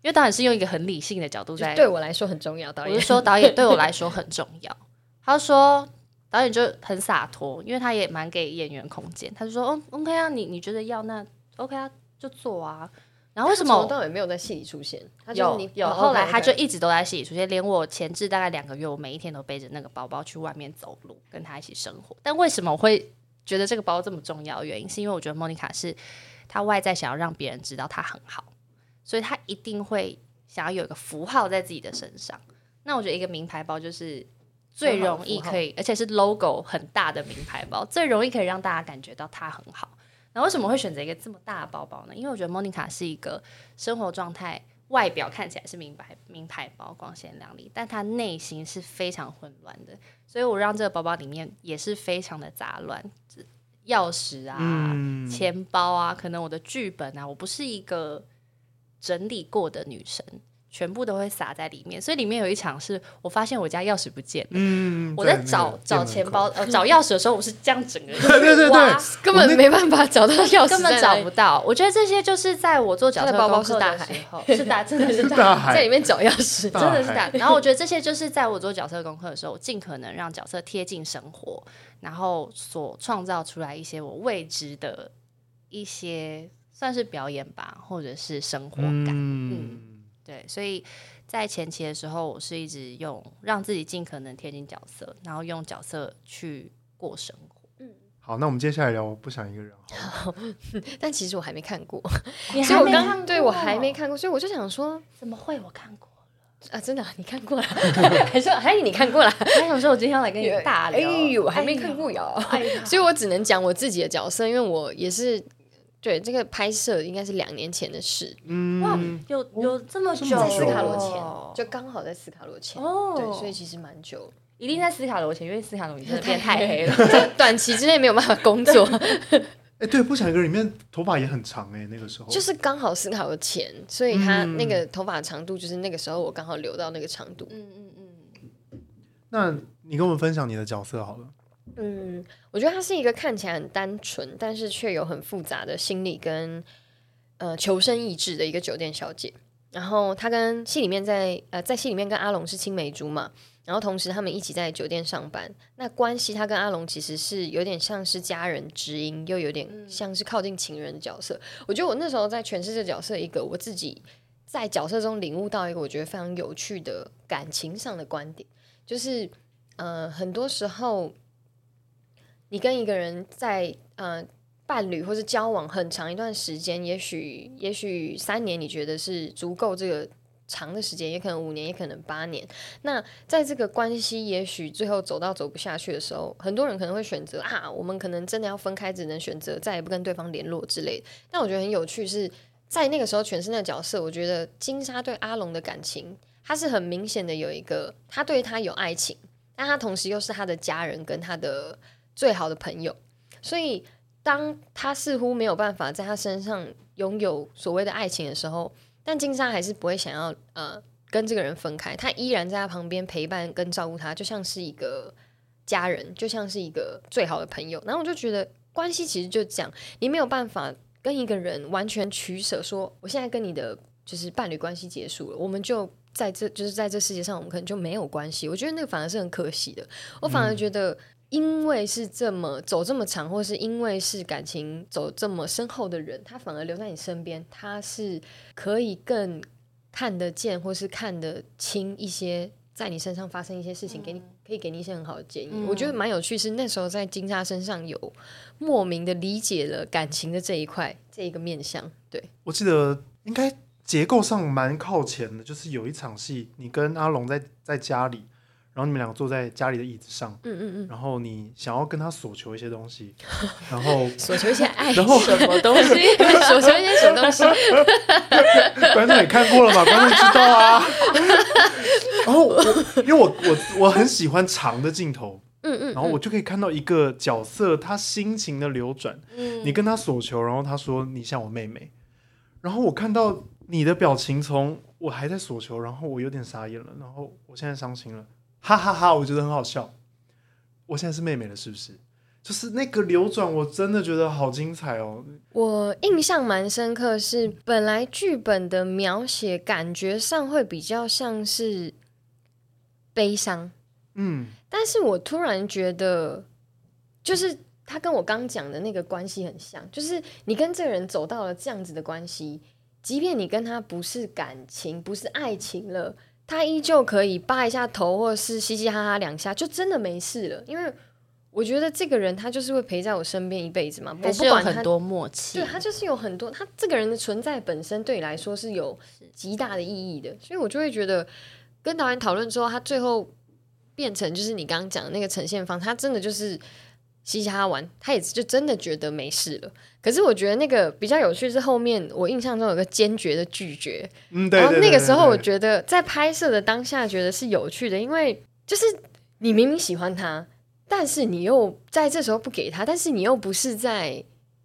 Speaker 3: 因为导演是用一个很理性的角度
Speaker 4: 就
Speaker 3: 在
Speaker 4: 对我来说很重要。导
Speaker 3: 我
Speaker 4: 演
Speaker 3: 就 说导演对我来说很重要。 他说导演就很洒脱，因为他也蛮给演员空间。他就说：“嗯，OK 啊，你你觉得要那 OK 啊，就做啊。”然后为什
Speaker 4: 他从
Speaker 3: 么
Speaker 4: 头到尾没有在戏里出现？他就是
Speaker 3: 有
Speaker 4: 你
Speaker 3: 有，
Speaker 4: 哦
Speaker 3: 后来
Speaker 4: OK，OK
Speaker 3: 他就一直都在戏里出现，连我前置大概两个月，我每一天都背着那个包包去外面走路，跟他一起生活。但为什么我会觉得这个包这么重要？原因是因为我觉得莫妮卡是她外在想要让别人知道她很好，所以她一定会想要有一个符号在自己的身上。那我觉得一个名牌包就是最容易可以，而且是 logo 很大的名牌包，最容易可以让大家感觉到她很好。那为什么会选择一个这么大的包包呢？因为我觉得莫妮卡是一个生活状态、外表看起来是名牌名牌包光鲜亮丽，但她内心是非常混乱的。所以我让这个包包里面也是非常的杂乱，钥匙啊、
Speaker 2: 嗯，
Speaker 3: 钱包啊，可能我的剧本啊，我不是一个整理过的女生，全部都会撒在里面。所以里面有一场是我发现我家钥匙不见了。
Speaker 2: 嗯，
Speaker 3: 我在
Speaker 2: 那个
Speaker 3: 找
Speaker 2: 店
Speaker 3: 找
Speaker 2: 门
Speaker 3: 钱
Speaker 2: 口
Speaker 3: 包，呃，找钥匙的时候，我是这样整个
Speaker 2: 对对对
Speaker 3: 哇
Speaker 4: 根本没办法找到钥匙，
Speaker 3: 根本找不。到。我觉得这些就是在我做角色
Speaker 4: 他的包包
Speaker 3: 功课
Speaker 4: 是大
Speaker 3: 的
Speaker 4: 海
Speaker 3: 时候，是大，真的是
Speaker 2: 大
Speaker 3: 大海，
Speaker 2: 海
Speaker 4: 在里面找钥匙，
Speaker 2: 大
Speaker 3: 真
Speaker 2: 海
Speaker 3: 的是大。然后我觉得这些就是在我做角色功课的时候，我尽可能让角色贴近生活，然后所创造出来一些我未知的一些算是表演吧，或者是生活感。
Speaker 2: 嗯，
Speaker 3: 对，所以在前期的时候，我是一直用让自己尽可能贴近角色，然后用角色去过生活。
Speaker 2: 好，那我们接下来聊《我不想一个人》好了，
Speaker 4: 但其实我还没看 过，
Speaker 3: 你
Speaker 4: 所以
Speaker 3: 还
Speaker 4: 我
Speaker 3: 没看
Speaker 4: 刚
Speaker 3: 过
Speaker 4: 对我还没看过，所以我就想说
Speaker 3: 怎么会？我看过。
Speaker 4: 啊，真的啊、你看过了？ 还说哎，你看过了？
Speaker 3: 还想说， 我今天要来跟你大
Speaker 4: 哎
Speaker 3: 聊。
Speaker 4: 呦，我还没看过呀。
Speaker 3: 哎呀。
Speaker 4: 所以我只能讲我自己的角色，因为我也是对这个拍摄应该是两年前的事，
Speaker 3: 哇
Speaker 2: 嗯，，
Speaker 3: 有有这么久
Speaker 2: 在
Speaker 4: 在
Speaker 2: 斯
Speaker 4: 斯
Speaker 2: 久卡
Speaker 4: 卡
Speaker 2: 罗
Speaker 4: 罗
Speaker 3: 哦
Speaker 4: 前，就刚好在斯卡罗前，
Speaker 3: 哦
Speaker 4: 对，所以其实蛮久，
Speaker 3: 一定在斯卡罗前，因为斯卡罗你真的变太黑了。
Speaker 4: 在短期之内没有办法工作，
Speaker 2: 哎，对，《不想一个人》里面头发也很长哎，那个时候
Speaker 4: 就是刚好斯卡罗前，所以他
Speaker 2: 嗯
Speaker 4: 那个头发长度就是那个时候我刚好留到那个长度，
Speaker 3: 嗯嗯嗯，
Speaker 2: 那你跟我们分享你的角色好了，
Speaker 4: 嗯，我觉得他是一个看起来很单纯，但是却有很复杂的心理跟呃求生意志的一个酒店小姐。然后她跟戏里面在呃在戏里面跟阿龙是青梅竹马，然后同时他们一起在酒店上班。那关系她跟阿龙其实是有点像是家人知音，又有点像是靠近情人的角色。我觉得我那时候在诠释这角色一个我自己在角色中领悟到一个我觉得非常有趣的感情上的观点，就是呃很多时候。你跟一个人在呃伴侣或是交往很长一段时间，也许也许三年，你觉得是足够这个长的时间，也可能五年，也可能八年。那在这个关系，也许最后走到走不下去的时候，很多人可能会选择啊，我们可能真的要分开，只能选择啊再也不跟对方联络之类的。但我觉得很有趣是。在那个时候诠释那个角色，我觉得金莎对阿龙的感情，他是很明显的有一个，他对他有爱情，但他同时又是他的家人跟他的最好的朋友，所以当他似乎没有办法在他身上拥有所谓的爱情的时候，但金莎还是不会想要呃跟这个人分开，他依然在他旁边陪伴跟照顾他，就像是一个家人，就像是一个最好的朋友。然后我就觉得关系其实就这样，你没有办法跟一个人完全取舍说，我现在跟你的就是伴侣关系结束了，我们就。在这就是在这世界上，我们可能就没有关系。我觉得那个反而是很可惜的。我反而觉得，因为是这么走这么长，或是因为是感情走这么深厚的人，他反而留在你身边，他是可以更看得见或是看得清一些在你身上发生一些事情，给你可以给你一些很好的建议。
Speaker 3: 嗯
Speaker 4: 我觉得蛮有趣，是那时候在金莎身上有莫名的理解了感情的这一块这一个面向。对，
Speaker 2: 我记得应该结构上蛮靠前的，就是有一场戏，你跟阿龙在在家里，然后你们两个坐在家里的椅子上，
Speaker 4: 嗯嗯
Speaker 2: 然后你想要跟他索求一些东西，然后
Speaker 4: 嗯，索求一些爱，
Speaker 2: 然后
Speaker 4: 什么 东西，索求一些什么东西，
Speaker 2: 观众也看过 了嘛，观众知道啊。然后我因为我我我很喜欢长的镜头，
Speaker 4: 嗯嗯，
Speaker 2: 然后我就可以看到一个角色他心情的流转。
Speaker 3: 嗯
Speaker 2: 你跟他索求，然后他说你像我妹妹，然后我看到你的表情从我还在索求，然后我有点傻眼了，然后我现在伤心了，哈哈哈我觉得很好笑。我现在是妹妹了，是不是？就是那个流转，我真的觉得好精彩哦。
Speaker 4: 我印象蛮深刻是，本来剧本的描写感觉上会比较像是悲伤，
Speaker 2: 嗯，
Speaker 4: 但是我突然觉得，就是他跟我刚讲的那个关系很像，就是你跟这个人走到了这样子的关系，即便你跟他不是感情，不是爱情了，他依旧可以扒一下头，或者是嘻嘻哈哈两下，就真的没事了。因为我觉得这个人他就是会陪在我身边一辈子嘛，我
Speaker 3: 还是
Speaker 4: 不
Speaker 3: 有
Speaker 4: 管他
Speaker 3: 很多默契。
Speaker 4: 对他就是有很多，他这个人的存在本身对你来说是有极大的意义的，所以我就会觉得跟导演讨论之后，他最后变成就是你刚刚讲的那个呈现方，他真的就是嘻嘻哈哈玩，他也就真的觉得没事了。可是我觉得那个比较有趣是后面我印象中有个坚决的拒绝，
Speaker 2: 嗯，对。
Speaker 4: 然后
Speaker 2: 对
Speaker 4: 哦那
Speaker 2: 对
Speaker 4: 个
Speaker 2: 对
Speaker 4: 时候我
Speaker 2: 对
Speaker 4: 觉得在拍摄的当下觉得是有趣的，因为就是你明明喜欢他，但是你又在这时候不给他，但是你又不是在，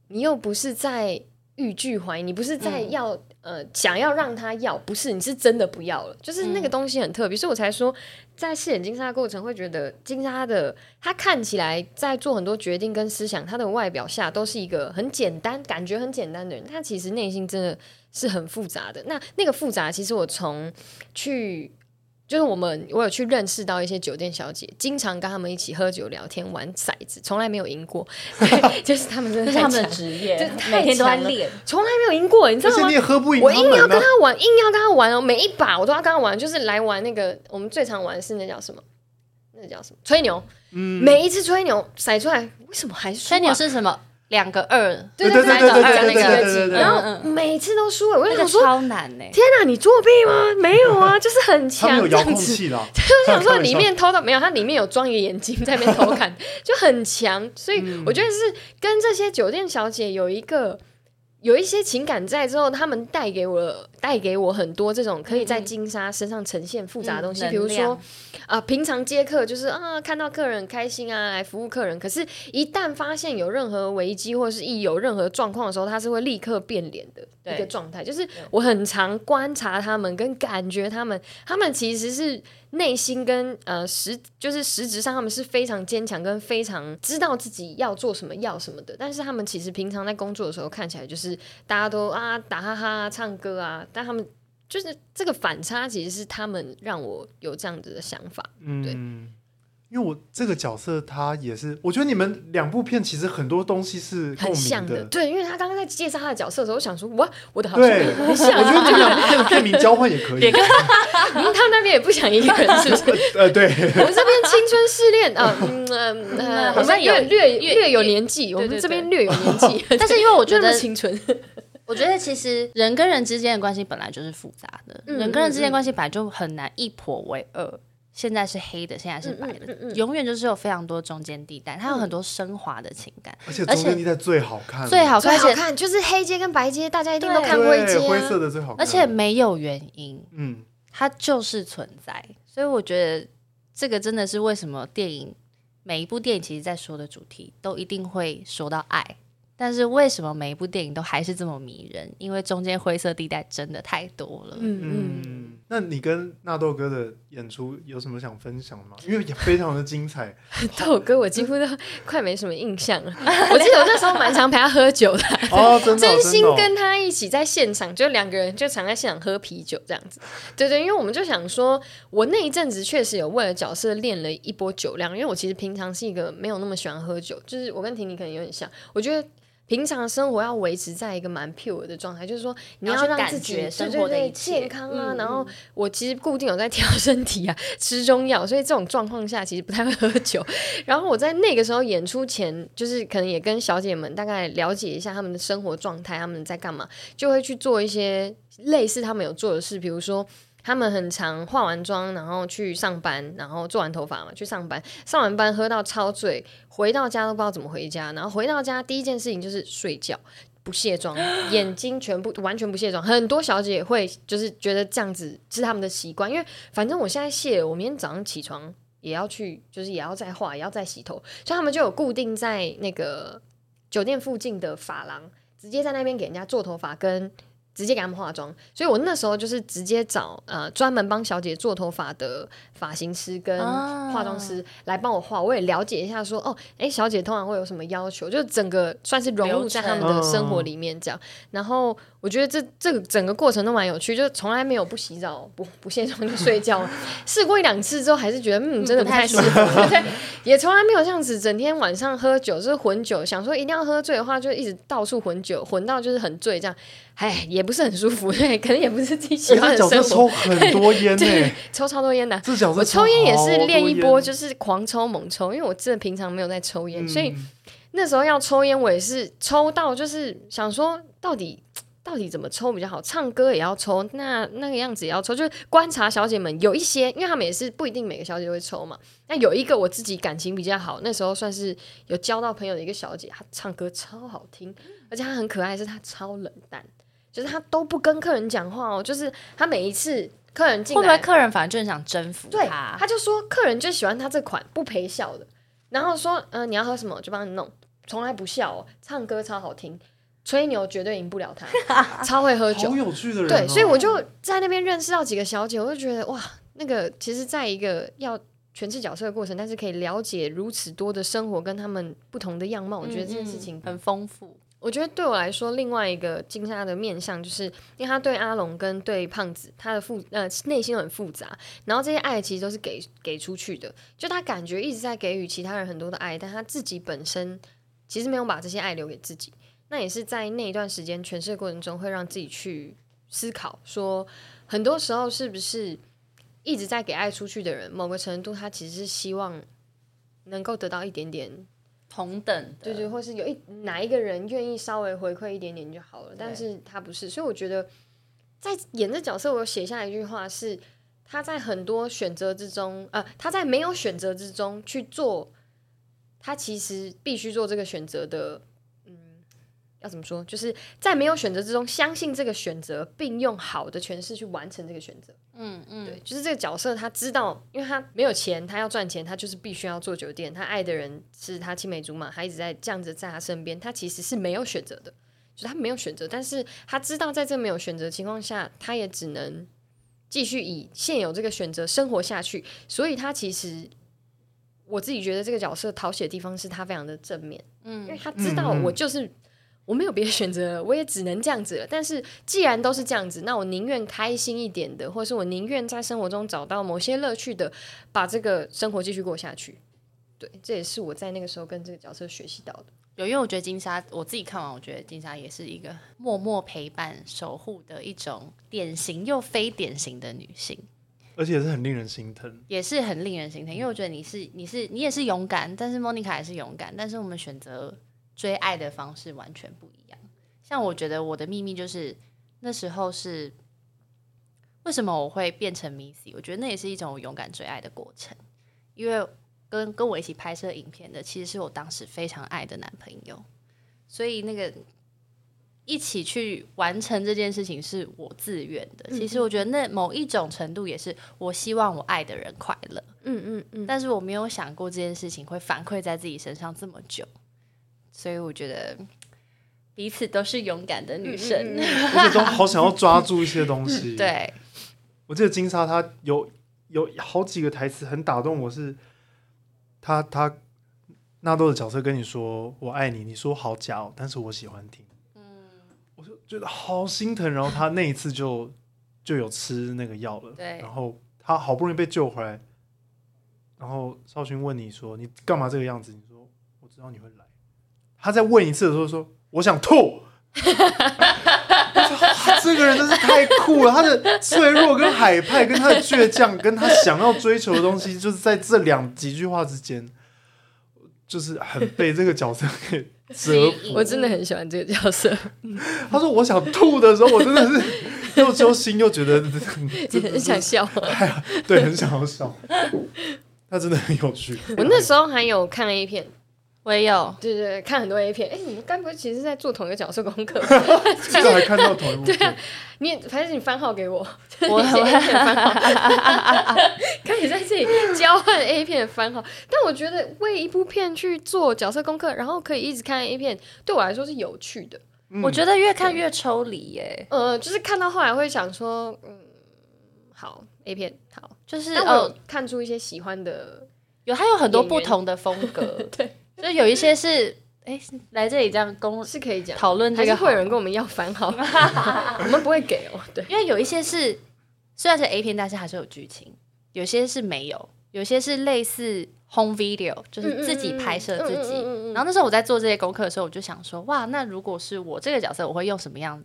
Speaker 4: 你又不是在欲拒还迎，你不是在
Speaker 3: 嗯
Speaker 4: 要、呃想要让他要，不是，你是真的不要了，就是那个
Speaker 3: 嗯
Speaker 4: 东西很特别，所以我才说在饰演金莎的过程会觉得金莎的她看起来在做很多决定跟思想，她的外表下都是一个很简单，感觉很简单的人，她其实内心真的是很复杂的。那那个复杂，其实我从去。就是我们，我有去认识到一些酒店小姐，经常跟她们一起喝酒、聊天、玩骰子，从来没有赢过。 对就是她们真
Speaker 3: 这
Speaker 4: 的
Speaker 3: 是
Speaker 4: 太
Speaker 3: 他们的
Speaker 4: 强
Speaker 3: 职业
Speaker 4: 这，太
Speaker 3: 每天都在
Speaker 4: 强了
Speaker 3: 练。
Speaker 4: 从来没有赢过，你知
Speaker 2: 而
Speaker 4: 道
Speaker 2: 且
Speaker 4: 吗
Speaker 2: 你？也喝不赢
Speaker 4: 我
Speaker 2: 他
Speaker 4: 硬要
Speaker 2: 们呢
Speaker 4: 跟。他玩，硬要跟他玩哦，每一把我都要跟他玩，就是来玩那个我们最常玩的是那叫什么？那叫什么？吹牛。
Speaker 2: 嗯
Speaker 4: 每一次吹牛甩出来，为什么还是输啊
Speaker 3: 吹牛？是什么？两个二，
Speaker 4: 对
Speaker 2: 对
Speaker 4: 对
Speaker 2: 对对
Speaker 3: 三
Speaker 2: 对
Speaker 3: 个
Speaker 2: 对对
Speaker 3: 二
Speaker 2: 对对
Speaker 3: 那个
Speaker 2: 对。
Speaker 4: 然
Speaker 3: 嗯
Speaker 4: 后每次都输了，我
Speaker 3: 那
Speaker 4: 就
Speaker 3: 个
Speaker 4: 想说。
Speaker 3: 超难呢、
Speaker 4: 天哪、你作弊吗？没有啊，就是很
Speaker 2: 他们
Speaker 4: 强
Speaker 2: 有
Speaker 4: 这
Speaker 2: 遥
Speaker 4: 样
Speaker 2: 控
Speaker 4: 子。
Speaker 2: 器啦，
Speaker 4: 就想说里面偷的没有，它里面有装一个眼睛在那边偷 看，就很强。所以
Speaker 3: 嗯
Speaker 4: 我觉得是跟这些酒店小姐有一个有一些情感在之后，他们带给我带给我很多这种可以在金沙身上呈现复杂的东西，
Speaker 3: 嗯
Speaker 4: 比如
Speaker 3: 能
Speaker 4: 说
Speaker 3: 量
Speaker 4: 啊、平常接客就是啊看到客人很开心啊，来服务客人。可是，一旦发现有任何危机或是一有任何状况的时候，他是会立刻变脸的
Speaker 3: 对
Speaker 4: 一个状态。就是我很常观察他们，跟感觉他们，他们其实是内心跟呃实就是实质上他们是非常坚强，跟非常知道自己要做什么要什么的。但是他们其实平常在工作的时候看起来就是大家都啊打哈哈、啊、唱歌啊，但他们就是这个反差，其实是他们让我有这样子的想法。对
Speaker 2: 嗯，因为我这个角色他也是，我觉得你们两部片其实很多东西是共
Speaker 4: 很像
Speaker 2: 鸣
Speaker 4: 的，
Speaker 2: 的。
Speaker 4: 对，因为他刚刚在介绍他的角色的时候，我想说，哇，我的好像
Speaker 2: 对，
Speaker 4: 也
Speaker 2: 我觉
Speaker 4: 很像啊，
Speaker 2: 得这两部片的片名交换也可以。
Speaker 4: 嗯他们那边也不想一个人，是不 是？
Speaker 2: 呃， 对，
Speaker 4: 我们这边青春试炼啊，嗯 嗯呃，
Speaker 3: 嗯好像有
Speaker 4: 略略
Speaker 3: 越
Speaker 4: 略有年纪，我
Speaker 3: 对
Speaker 4: 们
Speaker 3: 对
Speaker 4: 这边略有年纪，
Speaker 3: 但是因为我觉
Speaker 4: 那么
Speaker 3: 得，嗯
Speaker 4: 青春，
Speaker 3: 我觉得其实人跟人之间的关系本来就是复杂的，
Speaker 4: 嗯
Speaker 3: 人跟人之间
Speaker 4: 嗯
Speaker 3: 的关系本来就很难一剖为二。现在是黑的，现在是白的，
Speaker 4: 嗯
Speaker 3: 永远就是有非常多中间地带，它有很多升华的情感，
Speaker 2: 而且中间地带最好看了，
Speaker 3: 嗯最好
Speaker 4: 最
Speaker 3: 看，而
Speaker 4: 好
Speaker 3: 且
Speaker 4: 看就是黑街跟白街，大家一定都
Speaker 3: 对
Speaker 4: 看
Speaker 2: 对
Speaker 4: 灰街
Speaker 2: 灰色
Speaker 4: 啊。
Speaker 2: 的最好看，
Speaker 3: 而且没有原因，
Speaker 2: 嗯，
Speaker 3: 它就是存在。所以我觉得这个真的是为什么电影每一部电影其实在说的主题都一定会说到爱，但是为什么每一部电影都还是这么迷人？因为中间灰色地带真的太多了。
Speaker 4: 嗯嗯，
Speaker 2: 嗯，那你跟纳豆哥的演出有什么想分享的吗？因为也非常的精彩，
Speaker 4: 豆哥我几乎都快没什么印象 了。我记得我那时候蛮常陪他喝酒的，
Speaker 2: 哦，真的哦，
Speaker 4: 真心
Speaker 2: 真的哦
Speaker 4: 跟他一起在现场，就两个人就常在现场喝啤酒这样子。对对，因为我们就想说，我那一阵子确实有为了角色练了一波酒量，因为我其实平常是一个没有那么喜欢喝酒，就是我跟婷婷可能有点像，我觉得。平常生活要维持在一个蛮 pure 的状态，就是说你
Speaker 3: 要去
Speaker 4: 让
Speaker 3: 感
Speaker 4: 自己
Speaker 3: 觉
Speaker 4: 对
Speaker 3: 生
Speaker 4: 对
Speaker 3: 活的
Speaker 4: 对
Speaker 3: 一切
Speaker 4: 健康啊，
Speaker 3: 嗯
Speaker 4: 然后我其实固定有在调 身体啊，吃中药，所以这种状况下其实不太会喝酒。然后我在那个时候演出前，就是可能也跟小姐们大概了解一下她们的生活状态，她们在干嘛，就会去做一些类似她们有做的事，比如说。他们很常化完妆，然后去上班，然后做完头发嘛，去上班，上完班喝到超醉，回到家都不知道怎么回家，然后回到家第一件事情就是睡觉。不卸妆，眼睛全部完全不卸妆，很多小姐会就是觉得这样子是他们的习惯，因为反正我现在卸了，我明天早上起床也要去，就是也要再化，也要再洗头，所以他们就有固定在那个酒店附近的发廊，直接在那边给人家做头发跟。直接给他们化妆，所以我那时候就是直接找呃专门帮小姐做头发的发型师跟
Speaker 3: 啊
Speaker 4: 化妆师来帮我化，我也了解一下说哦，哎、小姐通常会有什么要求，就整个算是融入在他们的生活里面这样。然后我觉得这这个整个过程都蛮有趣，就从来没有不洗澡不不卸妆就睡觉，试过一两次之后还是觉得嗯真的不太适合， 对，也从来没有这样子整天晚上喝酒就是混酒，想说一定要喝醉的话就一直到处混酒，混到就是很醉这样。哎，也不是很舒服， 对，可能也不是自己
Speaker 2: 欸
Speaker 4: 喜欢
Speaker 2: 他
Speaker 4: 的
Speaker 2: 角
Speaker 4: 生
Speaker 2: 色
Speaker 4: 活
Speaker 2: 抽。很多烟欸呢、
Speaker 4: 对，抽超多烟的。
Speaker 2: 这角色
Speaker 4: 我抽烟也
Speaker 2: 好
Speaker 4: 是
Speaker 2: 多
Speaker 4: 练一波，
Speaker 2: 烟
Speaker 4: 就是狂抽猛抽，因为我真的平常没有在抽烟，
Speaker 2: 嗯
Speaker 4: 所以那时候要抽烟，我也是抽到就是想说，到底到底怎么抽比较好？唱歌也要抽，那那个样子也要抽，就是观察小姐们有一些，因为她们也是不一定每个小姐都会抽嘛。那有一个我自己感情比较好，那时候算是有交到朋友的一个小姐，她唱歌超好听，
Speaker 3: 嗯
Speaker 4: 而且她很可爱，是她超冷淡，就是她都不跟客人讲话哦，就是她每一次客人进
Speaker 3: 会不
Speaker 4: 来，
Speaker 3: 会客人反而就很想征服
Speaker 4: 对，
Speaker 3: 他？
Speaker 4: 他就说客人就喜欢他这款不陪笑的，然后说嗯、呃你要喝什么我就帮你弄，从来不笑、哦，唱歌超好听，吹牛绝对赢不了他，超会喝酒
Speaker 2: 好，有趣的人、哦。
Speaker 4: 对，所以我就在那边认识到几个小姐，我就觉得哇，那个其实在一个要诠释角色的过程，但是可以了解如此多的生活跟他们不同的样貌，我觉得这件事情
Speaker 3: 嗯嗯很丰富，
Speaker 4: 我觉得对我来说，另外一个惊讶的面向，就是因为他对阿龙跟对胖子，他的复呃内心都很复杂，然后这些爱其实都是给给出去的，就他感觉一直在给予其他人很多的爱，但他自己本身其实没有把这些爱留给自己。那也是在那一段时间诠释的过程中，会让自己去思考，说很多时候是不是一直在给爱出去的人，某个程度他其实是希望能够得到一点点
Speaker 3: 同等
Speaker 4: 对
Speaker 3: 的，
Speaker 4: 对，或是有一哪一个人愿意稍微回馈一点点就好了，但是他不是，所以我觉得在演这角色，我有写下一句话是他在很多选择之中，呃，他在没有选择之中去做，他其实必须做这个选择的，嗯，要怎么说？就是在没有选择之中，相信这个选择，并用好的诠释去完成这个选择。
Speaker 3: 嗯嗯
Speaker 4: 对，，就是这个角色他知道，因为他没有钱，他要赚钱，他就是必须要做酒店。他爱的人是他青梅竹马，他一直在这样子在他身边，他其实是没有选择的，就是他没有选择，但是他知道在这没有选择的情况下，他也只能继续以现有这个选择生活下去。所以他其实我自己觉得这个角色讨喜的地方是他非常的正面，因为
Speaker 3: 嗯，
Speaker 4: 他知道
Speaker 2: 嗯嗯
Speaker 4: 我就是我没有别的选择了，我也只能这样子了。但是既然都是这样子，那我宁愿开心一点的，或是我宁愿在生活中找到某些乐趣的，把这个生活继续过下去。对，这也是我在那个时候跟这个角色学习到的。
Speaker 3: 有，因为我觉得金沙，我自己看完，我觉得金沙也是一个默默陪伴、守护的一种典型又非典型的女性。
Speaker 2: 而且是很令人心疼。
Speaker 3: 也是很令人心疼，因为我觉得你是你是你也是勇敢，但是莫妮卡也是勇敢，但是我们选择追爱的方式完全不一样。像我觉得我的秘密就是那时候是为什么我会变成 Missy，我觉得那也是一种勇敢追爱的过程，因为跟跟我一起拍摄影片的其实是我当时非常爱的男朋友，所以那个一起去完成这件事情是我自愿的。其实我觉得那某一种程度也是我希望我爱的人快乐，
Speaker 4: 嗯嗯嗯，
Speaker 3: 但是我没有想过这件事情会反馈在自己身上这么久，所以我觉得彼此都是勇敢
Speaker 4: 嗯
Speaker 3: 的女生。
Speaker 2: 而且都好想要抓住一些东 西。，
Speaker 3: 对，
Speaker 2: 我记得金莎她有有好几个台词很打动我是，她她纳豆的角色跟你说“我爱你”，你说好假哦，但是我喜欢听。
Speaker 4: 嗯
Speaker 2: 我就觉得好心疼。然后她那一次就就有吃那个药了，
Speaker 3: 对
Speaker 2: 然后她好不容易被救回来，然后少勋问你说：“你干嘛这个样子？”你说：“我知道你会来。”他再问一次的时候说：“我想吐。” 哇这个人真是太酷了，他的脆弱跟海派，跟他的倔强，跟他想要追求的东西，就是在这两几句话之间，就是很被这个角色给折服。
Speaker 4: 我真的很喜欢这个角色。
Speaker 2: 他说我想吐的时候，我真的是 又揪心又觉得
Speaker 4: 很想笑。
Speaker 2: 对，很想要笑。他真的很有趣。
Speaker 4: 我那时候还有看 A 片，
Speaker 3: 我也有，
Speaker 4: 对对对，看很多 A 片。哎，你们该不会其实是在做同一个角色功课吧？
Speaker 2: 这个还看到同一部片，
Speaker 4: 啊你也反正你番号给我，
Speaker 3: 我
Speaker 4: 你写 A 片番号， 开始在这里交换 A 片番号。但我觉得为一部片去做角色功课，然后可以一直看 A 片，对我来说是有趣的。
Speaker 3: 我觉得越看越抽离耶、
Speaker 4: 呃，就是看到后来会想说，嗯，好 A 片好，
Speaker 3: 就是
Speaker 4: 但我
Speaker 3: 哦
Speaker 4: 有，看出一些喜欢的，
Speaker 3: 有它有很多
Speaker 4: 演员
Speaker 3: 不同的风格，
Speaker 4: 对，
Speaker 3: 就有一些是哎、是来这里这样公
Speaker 4: 是可以讲。
Speaker 3: 讨论
Speaker 4: 还
Speaker 3: 这
Speaker 4: 是
Speaker 3: 个
Speaker 4: 会有
Speaker 3: 好
Speaker 4: 人跟我们要番 号，我们不会给哦。对，
Speaker 3: 因为有一些是虽然是 A 片，但是还是有剧情；有些是没有，有些是类似 home video，就是
Speaker 4: 嗯
Speaker 3: 嗯自己拍摄自己。
Speaker 4: 己
Speaker 3: 然后那时候我在做这些功课的时候，我就想说，哇，那如果是我这个角色，我会用什么样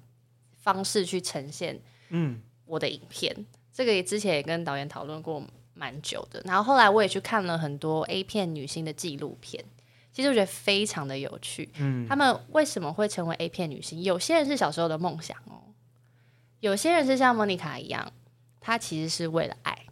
Speaker 3: 方式去呈现
Speaker 2: 嗯，
Speaker 3: 我的影片？这个也之前也跟导演讨论过蛮久的。然后后来我也去看了很多 A 片女星的纪录片，其实我觉得非常的有趣。
Speaker 2: 嗯
Speaker 3: 他们为什么会成为 A 片女星？有些人是小时候的梦想哦，有些人是像莫妮卡一样，她其实是为了爱，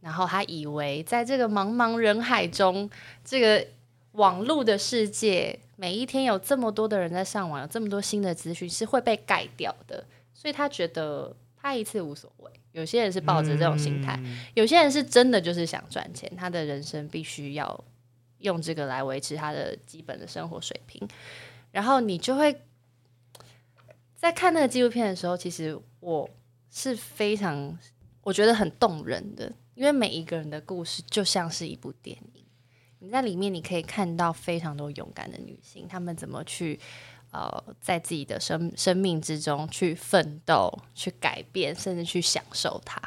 Speaker 3: 然后她以为在这个茫茫人海中，这个网络的世界，每一天有这么多的人在上网，有这么多新的资讯是会被盖掉的，所以她觉得拍一次无所谓。有些人是抱着这种心态，
Speaker 2: 嗯
Speaker 3: 有些人是真的就是想赚钱，他的人生必须要用这个来维持他的基本的生活水平。然后你就会在看那个纪录片的时候，其实我是非常我觉得很动人的，因为每一个人的故事就像是一部电影。你在里面你可以看到非常多勇敢的女性，她们怎么去呃在自己的生生命之中去奋斗、去改变，甚至去享受它。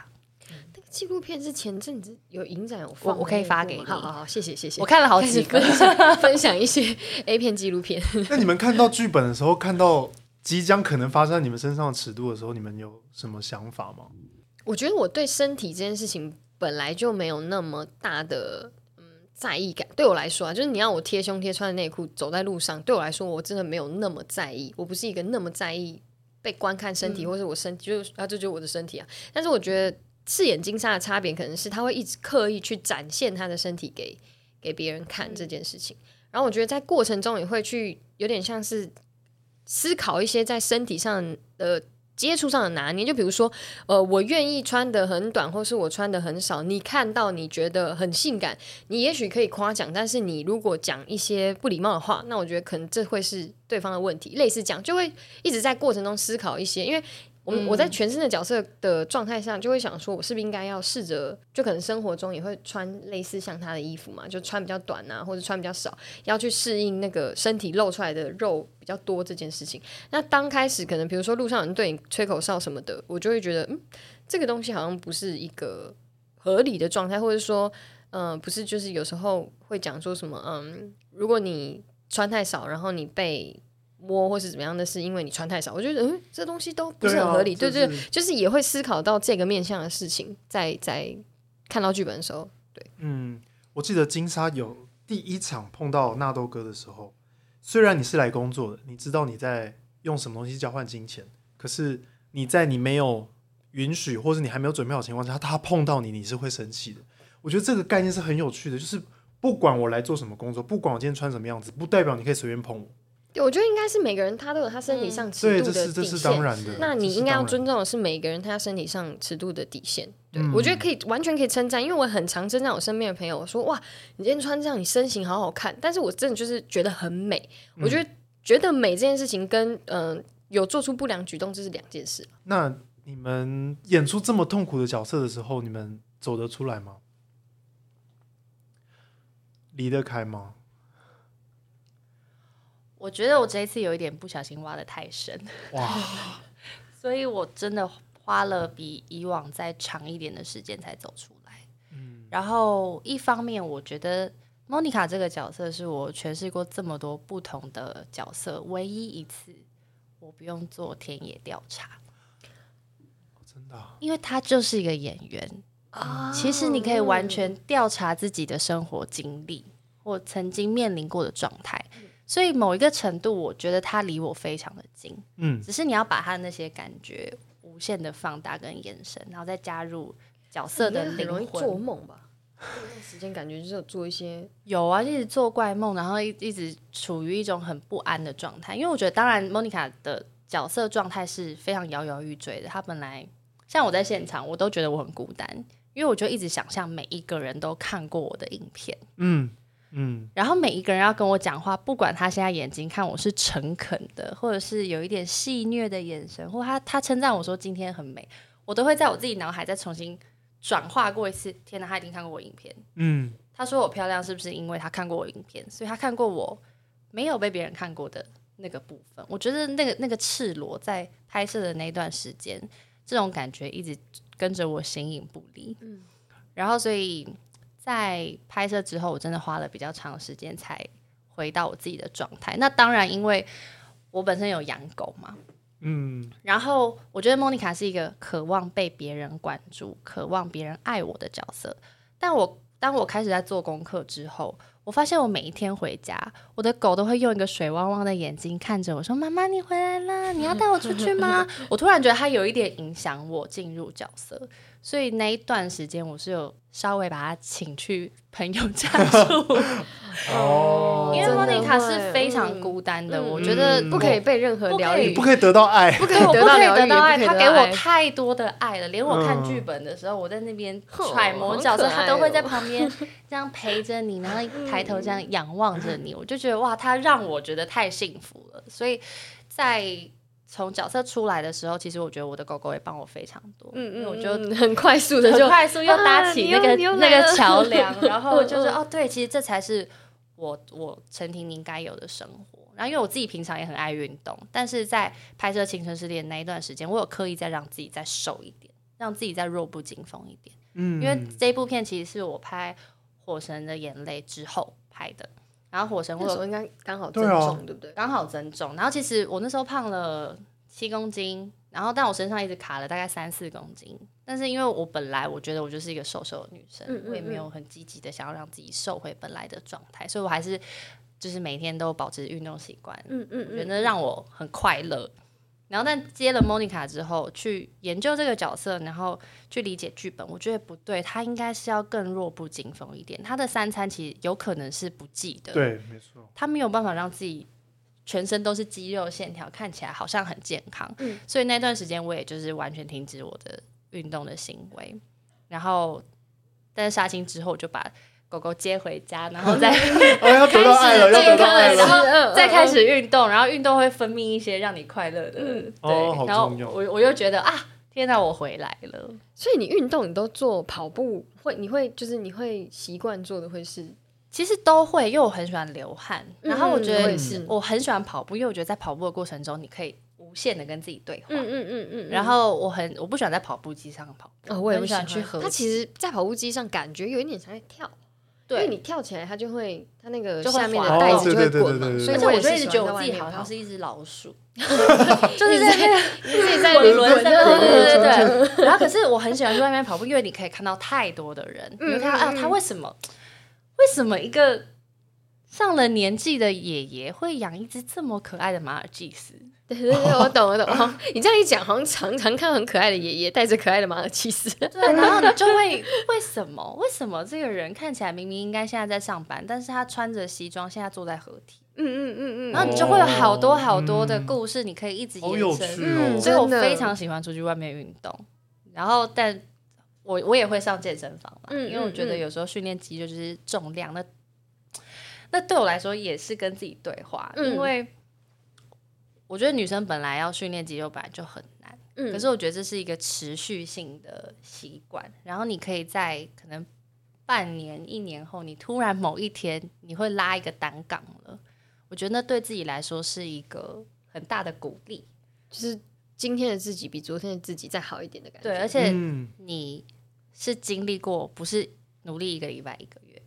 Speaker 4: 纪录片是前阵子有影展有
Speaker 3: 我
Speaker 4: 放的那一部吗，
Speaker 3: 我可以发给你
Speaker 4: 好好好，谢谢谢谢。
Speaker 3: 我看了好
Speaker 4: 开始
Speaker 3: 几个
Speaker 4: 分，享 分享一些 A 片纪录片，
Speaker 2: 那你们看到剧本的时候，看到即将可能发生在你们身上的尺度的时候，你们有什么想法吗？
Speaker 4: 我觉得我对身体这件事情本来就没有那么大的嗯在意感。对我来说啊，就是你让我贴胸贴、穿内裤走在路上，对我来说我真的没有那么在意。我不是一个那么在意被观看身体，或是我身体，就是啊，这就是我的身体啊。但是我觉得刺眼金沙的差别可能是他会一直刻意去展现他的身体给给别人看这件事情。然后我觉得在过程中也会去有点像是思考一些在身体上的接触上的拿捏，就比如说，呃，我愿意穿的很短，或是我穿的很少，你看到你觉得很性感，你也许可以夸奖，但是你如果讲一些不礼貌的话，那我觉得可能这会是对方的问题。类似这样，就会一直在过程中思考一些，因为。我们我在全身的角色的状态下，就会想说，我是不是应该要试着，就可能生活中也会穿类似像他的衣服嘛，就穿比较短啊，或者穿比较少，要去适应那个身体露出来的肉比较多这件事情。那当开始可能比如说路上有人对你吹口哨什么的，我就会觉得，嗯，这个东西好像不是一个合理的状态，或者说，嗯、不是就是有时候会讲说什么，嗯，如果你穿太少，然后你被摸或是怎么样的，是因为你穿太少，我觉得，嗯，这东西都不是很合理，
Speaker 2: 对
Speaker 4: 对
Speaker 2: 啊
Speaker 4: 对，
Speaker 2: 就是
Speaker 4: 就是也会思考到这个面向的事情，在在看到剧本的时候，
Speaker 2: 嗯，我记得金沙有第一场碰到纳豆哥的时候，虽然你是来工作的，你知道你在用什么东西交换金钱，可是你在你没有允许或者你还没有准备好的情况下，他碰到你，你是会生气的。我觉得这个概念是很有趣的，就是不管我来做什么工作，不管我今天穿什么样子，不代表你可以随便碰我。
Speaker 4: 对我觉得应该是每个人他都有他身体上
Speaker 2: 嗯
Speaker 4: 尺
Speaker 2: 对，
Speaker 4: 度
Speaker 2: 这
Speaker 4: 的
Speaker 2: 是
Speaker 4: 底
Speaker 2: 这是
Speaker 4: 线
Speaker 2: 当。然的。
Speaker 4: 那
Speaker 2: 这
Speaker 4: 你
Speaker 2: 是
Speaker 4: 应该要
Speaker 2: 当然
Speaker 4: 尊重的是每个人他身体上尺度的底线。对、
Speaker 2: 嗯
Speaker 4: 我觉得可以完全可以称赞，因为我很常称赞我身边的朋友，我说哇，你今天穿这样，你身形好好看。但是我真的就是觉得很美，我觉得觉得美这件事情跟嗯、呃有做出不良举动这是两件事。
Speaker 2: 那你们演出这么痛苦的角色的时候，你们走得出来吗？离得开吗？
Speaker 3: 我觉得我这一次有一点不小心挖的太深，
Speaker 2: 哇，
Speaker 3: 所以我真的花了比以往再长一点的时间才走出来。
Speaker 2: 嗯
Speaker 3: 然后一方面，我觉得 Monica 这个角色是我诠释过这么多不同的角色，唯一一次我不用做田野调查，
Speaker 2: 真的啊、
Speaker 3: 因为她就是一个演员，其实你可以完全
Speaker 4: 哦
Speaker 3: 调查自己的生活经历或曾经面临过的状态，所以某一个程度，我觉得他离我非常的近。
Speaker 2: 嗯
Speaker 3: 只是你要把他那些感觉无无限的放大跟延伸，然后再加入角色的
Speaker 4: 你应该很
Speaker 3: 灵
Speaker 4: 容易
Speaker 3: 魂。
Speaker 4: 做梦吧？那段时间感觉就是有做一些
Speaker 3: 有啊，一直做怪梦，然后一一直处于一种很不安的状态。因为我觉得，当然莫妮卡的角色状态是非常摇摇欲坠的。她本来像我在现场，我都觉得我很孤单，因为我就一直想象每一个人都看过我的影片，
Speaker 2: 嗯嗯，
Speaker 3: 然后每一个人要跟我讲话，不管他现在眼睛看我是诚恳的，或者是有一点戏谑的眼神，或他他称赞我说今天很美，我都会在我自己脑海再重新转化过一次。天哪，他一定看过我影片。
Speaker 2: 嗯
Speaker 3: 他说我漂亮是不是因为他看过我影片，所以他看过我没有被别人看过的那个部分？我觉得那个那个赤裸在拍摄的那段时间，这种感觉一直跟着我形影不离。嗯，然后所以在拍摄之后，我真的花了比较长的时间才回到我自己的状态。那当然，因为我本身有养狗嘛，
Speaker 2: 嗯
Speaker 3: 然后我觉得莫妮卡是一个渴望被别人关注、渴望别人爱我的角色。但我当我开始在做功课之后，我发现我每一天回家，我的狗都会用一个水汪汪的眼睛看着我说：“妈妈，你回来啦，你要带我出去吗？” 我突然觉得它有一点影响我进入角色，所以那一段时间我是有稍微把它请去朋友家 住，
Speaker 2: 哦
Speaker 3: 因为
Speaker 4: 真
Speaker 3: 莫
Speaker 4: 的
Speaker 3: 妮卡
Speaker 4: 会
Speaker 3: 是非常
Speaker 4: 嗯
Speaker 3: 孤单的，
Speaker 4: 嗯
Speaker 3: 我觉得
Speaker 2: 嗯
Speaker 4: 不可以被任何疗愈，
Speaker 2: 不可以得到爱，
Speaker 4: 不可
Speaker 3: 对，我不
Speaker 4: 得到
Speaker 3: 可以
Speaker 4: 疗愈，
Speaker 3: 得到爱，他给我
Speaker 4: 看
Speaker 3: 太多的爱了。连我看
Speaker 2: 嗯
Speaker 3: 剧本的时候，我在那边
Speaker 4: 哼
Speaker 3: 揣摩角色，
Speaker 4: 好可爱
Speaker 3: 他
Speaker 4: 哦
Speaker 3: 都会在旁边这样陪着你，然后抬头这样仰望着你。我就觉得哇，他让我觉得太幸福了。所以在从角色出来的时候，其实我觉得我的狗狗也帮我非常多。
Speaker 4: 嗯
Speaker 3: 因为
Speaker 4: 嗯，
Speaker 3: 我
Speaker 4: 我
Speaker 3: 就
Speaker 4: 就很快速的
Speaker 3: 很
Speaker 4: 就
Speaker 3: 快速又搭起那
Speaker 4: 啊
Speaker 3: 个、
Speaker 4: 你又你又
Speaker 3: 那
Speaker 4: 来了
Speaker 3: 个桥梁，然后就是
Speaker 4: 嗯嗯
Speaker 3: 哦，对，其实这才是我我陈婷应该有的生活。然后因为我自己平常也很爱运动，但是在拍摄《青春失恋》那一段时间，我有刻意再让自己再瘦一点，让自己再弱不禁风一点。
Speaker 2: 嗯，
Speaker 3: 因为这部片其实是我拍《火神的眼泪》之后拍的，然后《火神》我
Speaker 4: 那时
Speaker 3: 有
Speaker 4: 候应该刚好
Speaker 2: 对
Speaker 4: 正
Speaker 2: 啊
Speaker 4: 中，对不对？
Speaker 3: 刚好增重，然后其实我那时候胖了七公斤，然后但我身上一直卡了大概三四公斤，但是因为我本来我觉得我就是一个瘦瘦的女生，
Speaker 4: 嗯嗯
Speaker 3: 我也没有很积极的想要让自己瘦回本来的状态，所以我还是就是每天都保持运动习惯，
Speaker 4: 嗯嗯
Speaker 3: 我觉
Speaker 4: 嗯，
Speaker 3: 得让我很快乐。然后，但接了 Monica 之后，去研究这个角色，然后去理解剧本，我觉得不对，她应该是要更弱不禁风一点。她的三餐其实有可能是不忌的，
Speaker 2: 对，没错，
Speaker 3: 他没有办法让自己全身都是肌肉线条，看起来好像很健康。
Speaker 4: 嗯
Speaker 3: 所以那段时间我也就是完全停止我的运动的行为。然后，但是杀青之后，我就把狗狗接回家，然 后再
Speaker 2: 哦，要得到爱了，要得
Speaker 4: 健
Speaker 2: 到
Speaker 4: 康
Speaker 2: 爱
Speaker 4: 的
Speaker 2: 了，
Speaker 3: 然后
Speaker 4: 了
Speaker 3: 再开始运动，然后运动会分泌一些让你快乐的，
Speaker 4: 嗯
Speaker 3: 对。
Speaker 2: 哦好
Speaker 3: 然后
Speaker 2: 重要
Speaker 3: 我我又觉得啊，天哪，我回来了。
Speaker 4: 所以你运动你都做跑步，会你会就是你会习惯做的会是
Speaker 3: 其实都会，因为我很喜欢流汗，
Speaker 4: 嗯
Speaker 3: 然后我觉
Speaker 4: 我
Speaker 3: 得
Speaker 4: 也是
Speaker 3: 我很喜欢跑步，因为我觉得在跑步的过程中，你可以无限的跟自己对话。
Speaker 4: 嗯嗯嗯
Speaker 3: 然后我很我不喜欢在跑步机上跑步，
Speaker 4: 哦，我也
Speaker 3: 很
Speaker 4: 不
Speaker 3: 喜
Speaker 4: 喜
Speaker 3: 欢
Speaker 4: 欢
Speaker 3: 去河
Speaker 4: 它其实，在跑步机上感觉有一点像在跳，因为你跳起来，它就会它那个
Speaker 3: 就会
Speaker 4: 下面的
Speaker 3: 滑
Speaker 4: 带
Speaker 3: 动
Speaker 4: 子就
Speaker 2: 哦对
Speaker 4: 会
Speaker 2: 对对
Speaker 4: 滚
Speaker 2: 对对
Speaker 4: 嘛，所
Speaker 3: 而
Speaker 4: 以
Speaker 3: 且我
Speaker 4: 也
Speaker 3: 就是一直
Speaker 4: 喜欢
Speaker 3: 觉得
Speaker 4: 在
Speaker 3: 我
Speaker 4: 外
Speaker 3: 自己
Speaker 4: 面
Speaker 3: 好像
Speaker 4: 跑
Speaker 3: 是一只老鼠，
Speaker 4: 就是在自己在
Speaker 3: 滚轮的，
Speaker 4: 轮的
Speaker 3: 对对对 对。然后可是我很喜欢去外面跑步，因为你可以看到太多的人，你
Speaker 4: 嗯
Speaker 3: 会看到啊，
Speaker 4: 嗯嗯
Speaker 3: 他为什么为什么一个上了年纪的爷爷会养一只这么可爱的马尔济斯？
Speaker 4: 对对对，我懂我懂。哦 你这样一讲，好像常常看到很可爱的爷爷带着可爱的马尔济斯，
Speaker 3: 对，然后你就会为什么为什么这个人看起来明明应该现在在上班，但是他穿着西装，现在坐在合体，
Speaker 4: 嗯嗯嗯嗯，
Speaker 3: 然后你就会有好多
Speaker 2: 哦
Speaker 3: 好多的
Speaker 2: 嗯
Speaker 3: 故事，你可以一直
Speaker 2: 好
Speaker 3: 延
Speaker 2: 有
Speaker 3: 伸。
Speaker 2: 趣
Speaker 4: 嗯
Speaker 3: 所
Speaker 2: 哦，
Speaker 3: 以我
Speaker 4: 真的
Speaker 3: 非常喜欢出去外面运动，然后但我我也会上健身房嘛，
Speaker 4: 嗯
Speaker 3: 因为我觉得
Speaker 4: 嗯嗯
Speaker 3: 有时候训练肌肉就是重量，那那对我来说也是跟自己对话，
Speaker 4: 嗯
Speaker 3: 因为我觉得女生本来要训练肌肉本来就很难，
Speaker 4: 嗯
Speaker 3: 可是我觉得这是一个持续性的习惯，然后你可以在可能半年、一年后，你突然某一天你会拉一个单杠了，我觉得那对自己来说是一个很大的鼓励。
Speaker 4: 就是今天的自己比昨天的自己再好一点的感觉。
Speaker 3: 对，而
Speaker 4: 且
Speaker 3: 且
Speaker 2: 嗯
Speaker 3: 你是经历过，不是努力一个礼拜、一个月，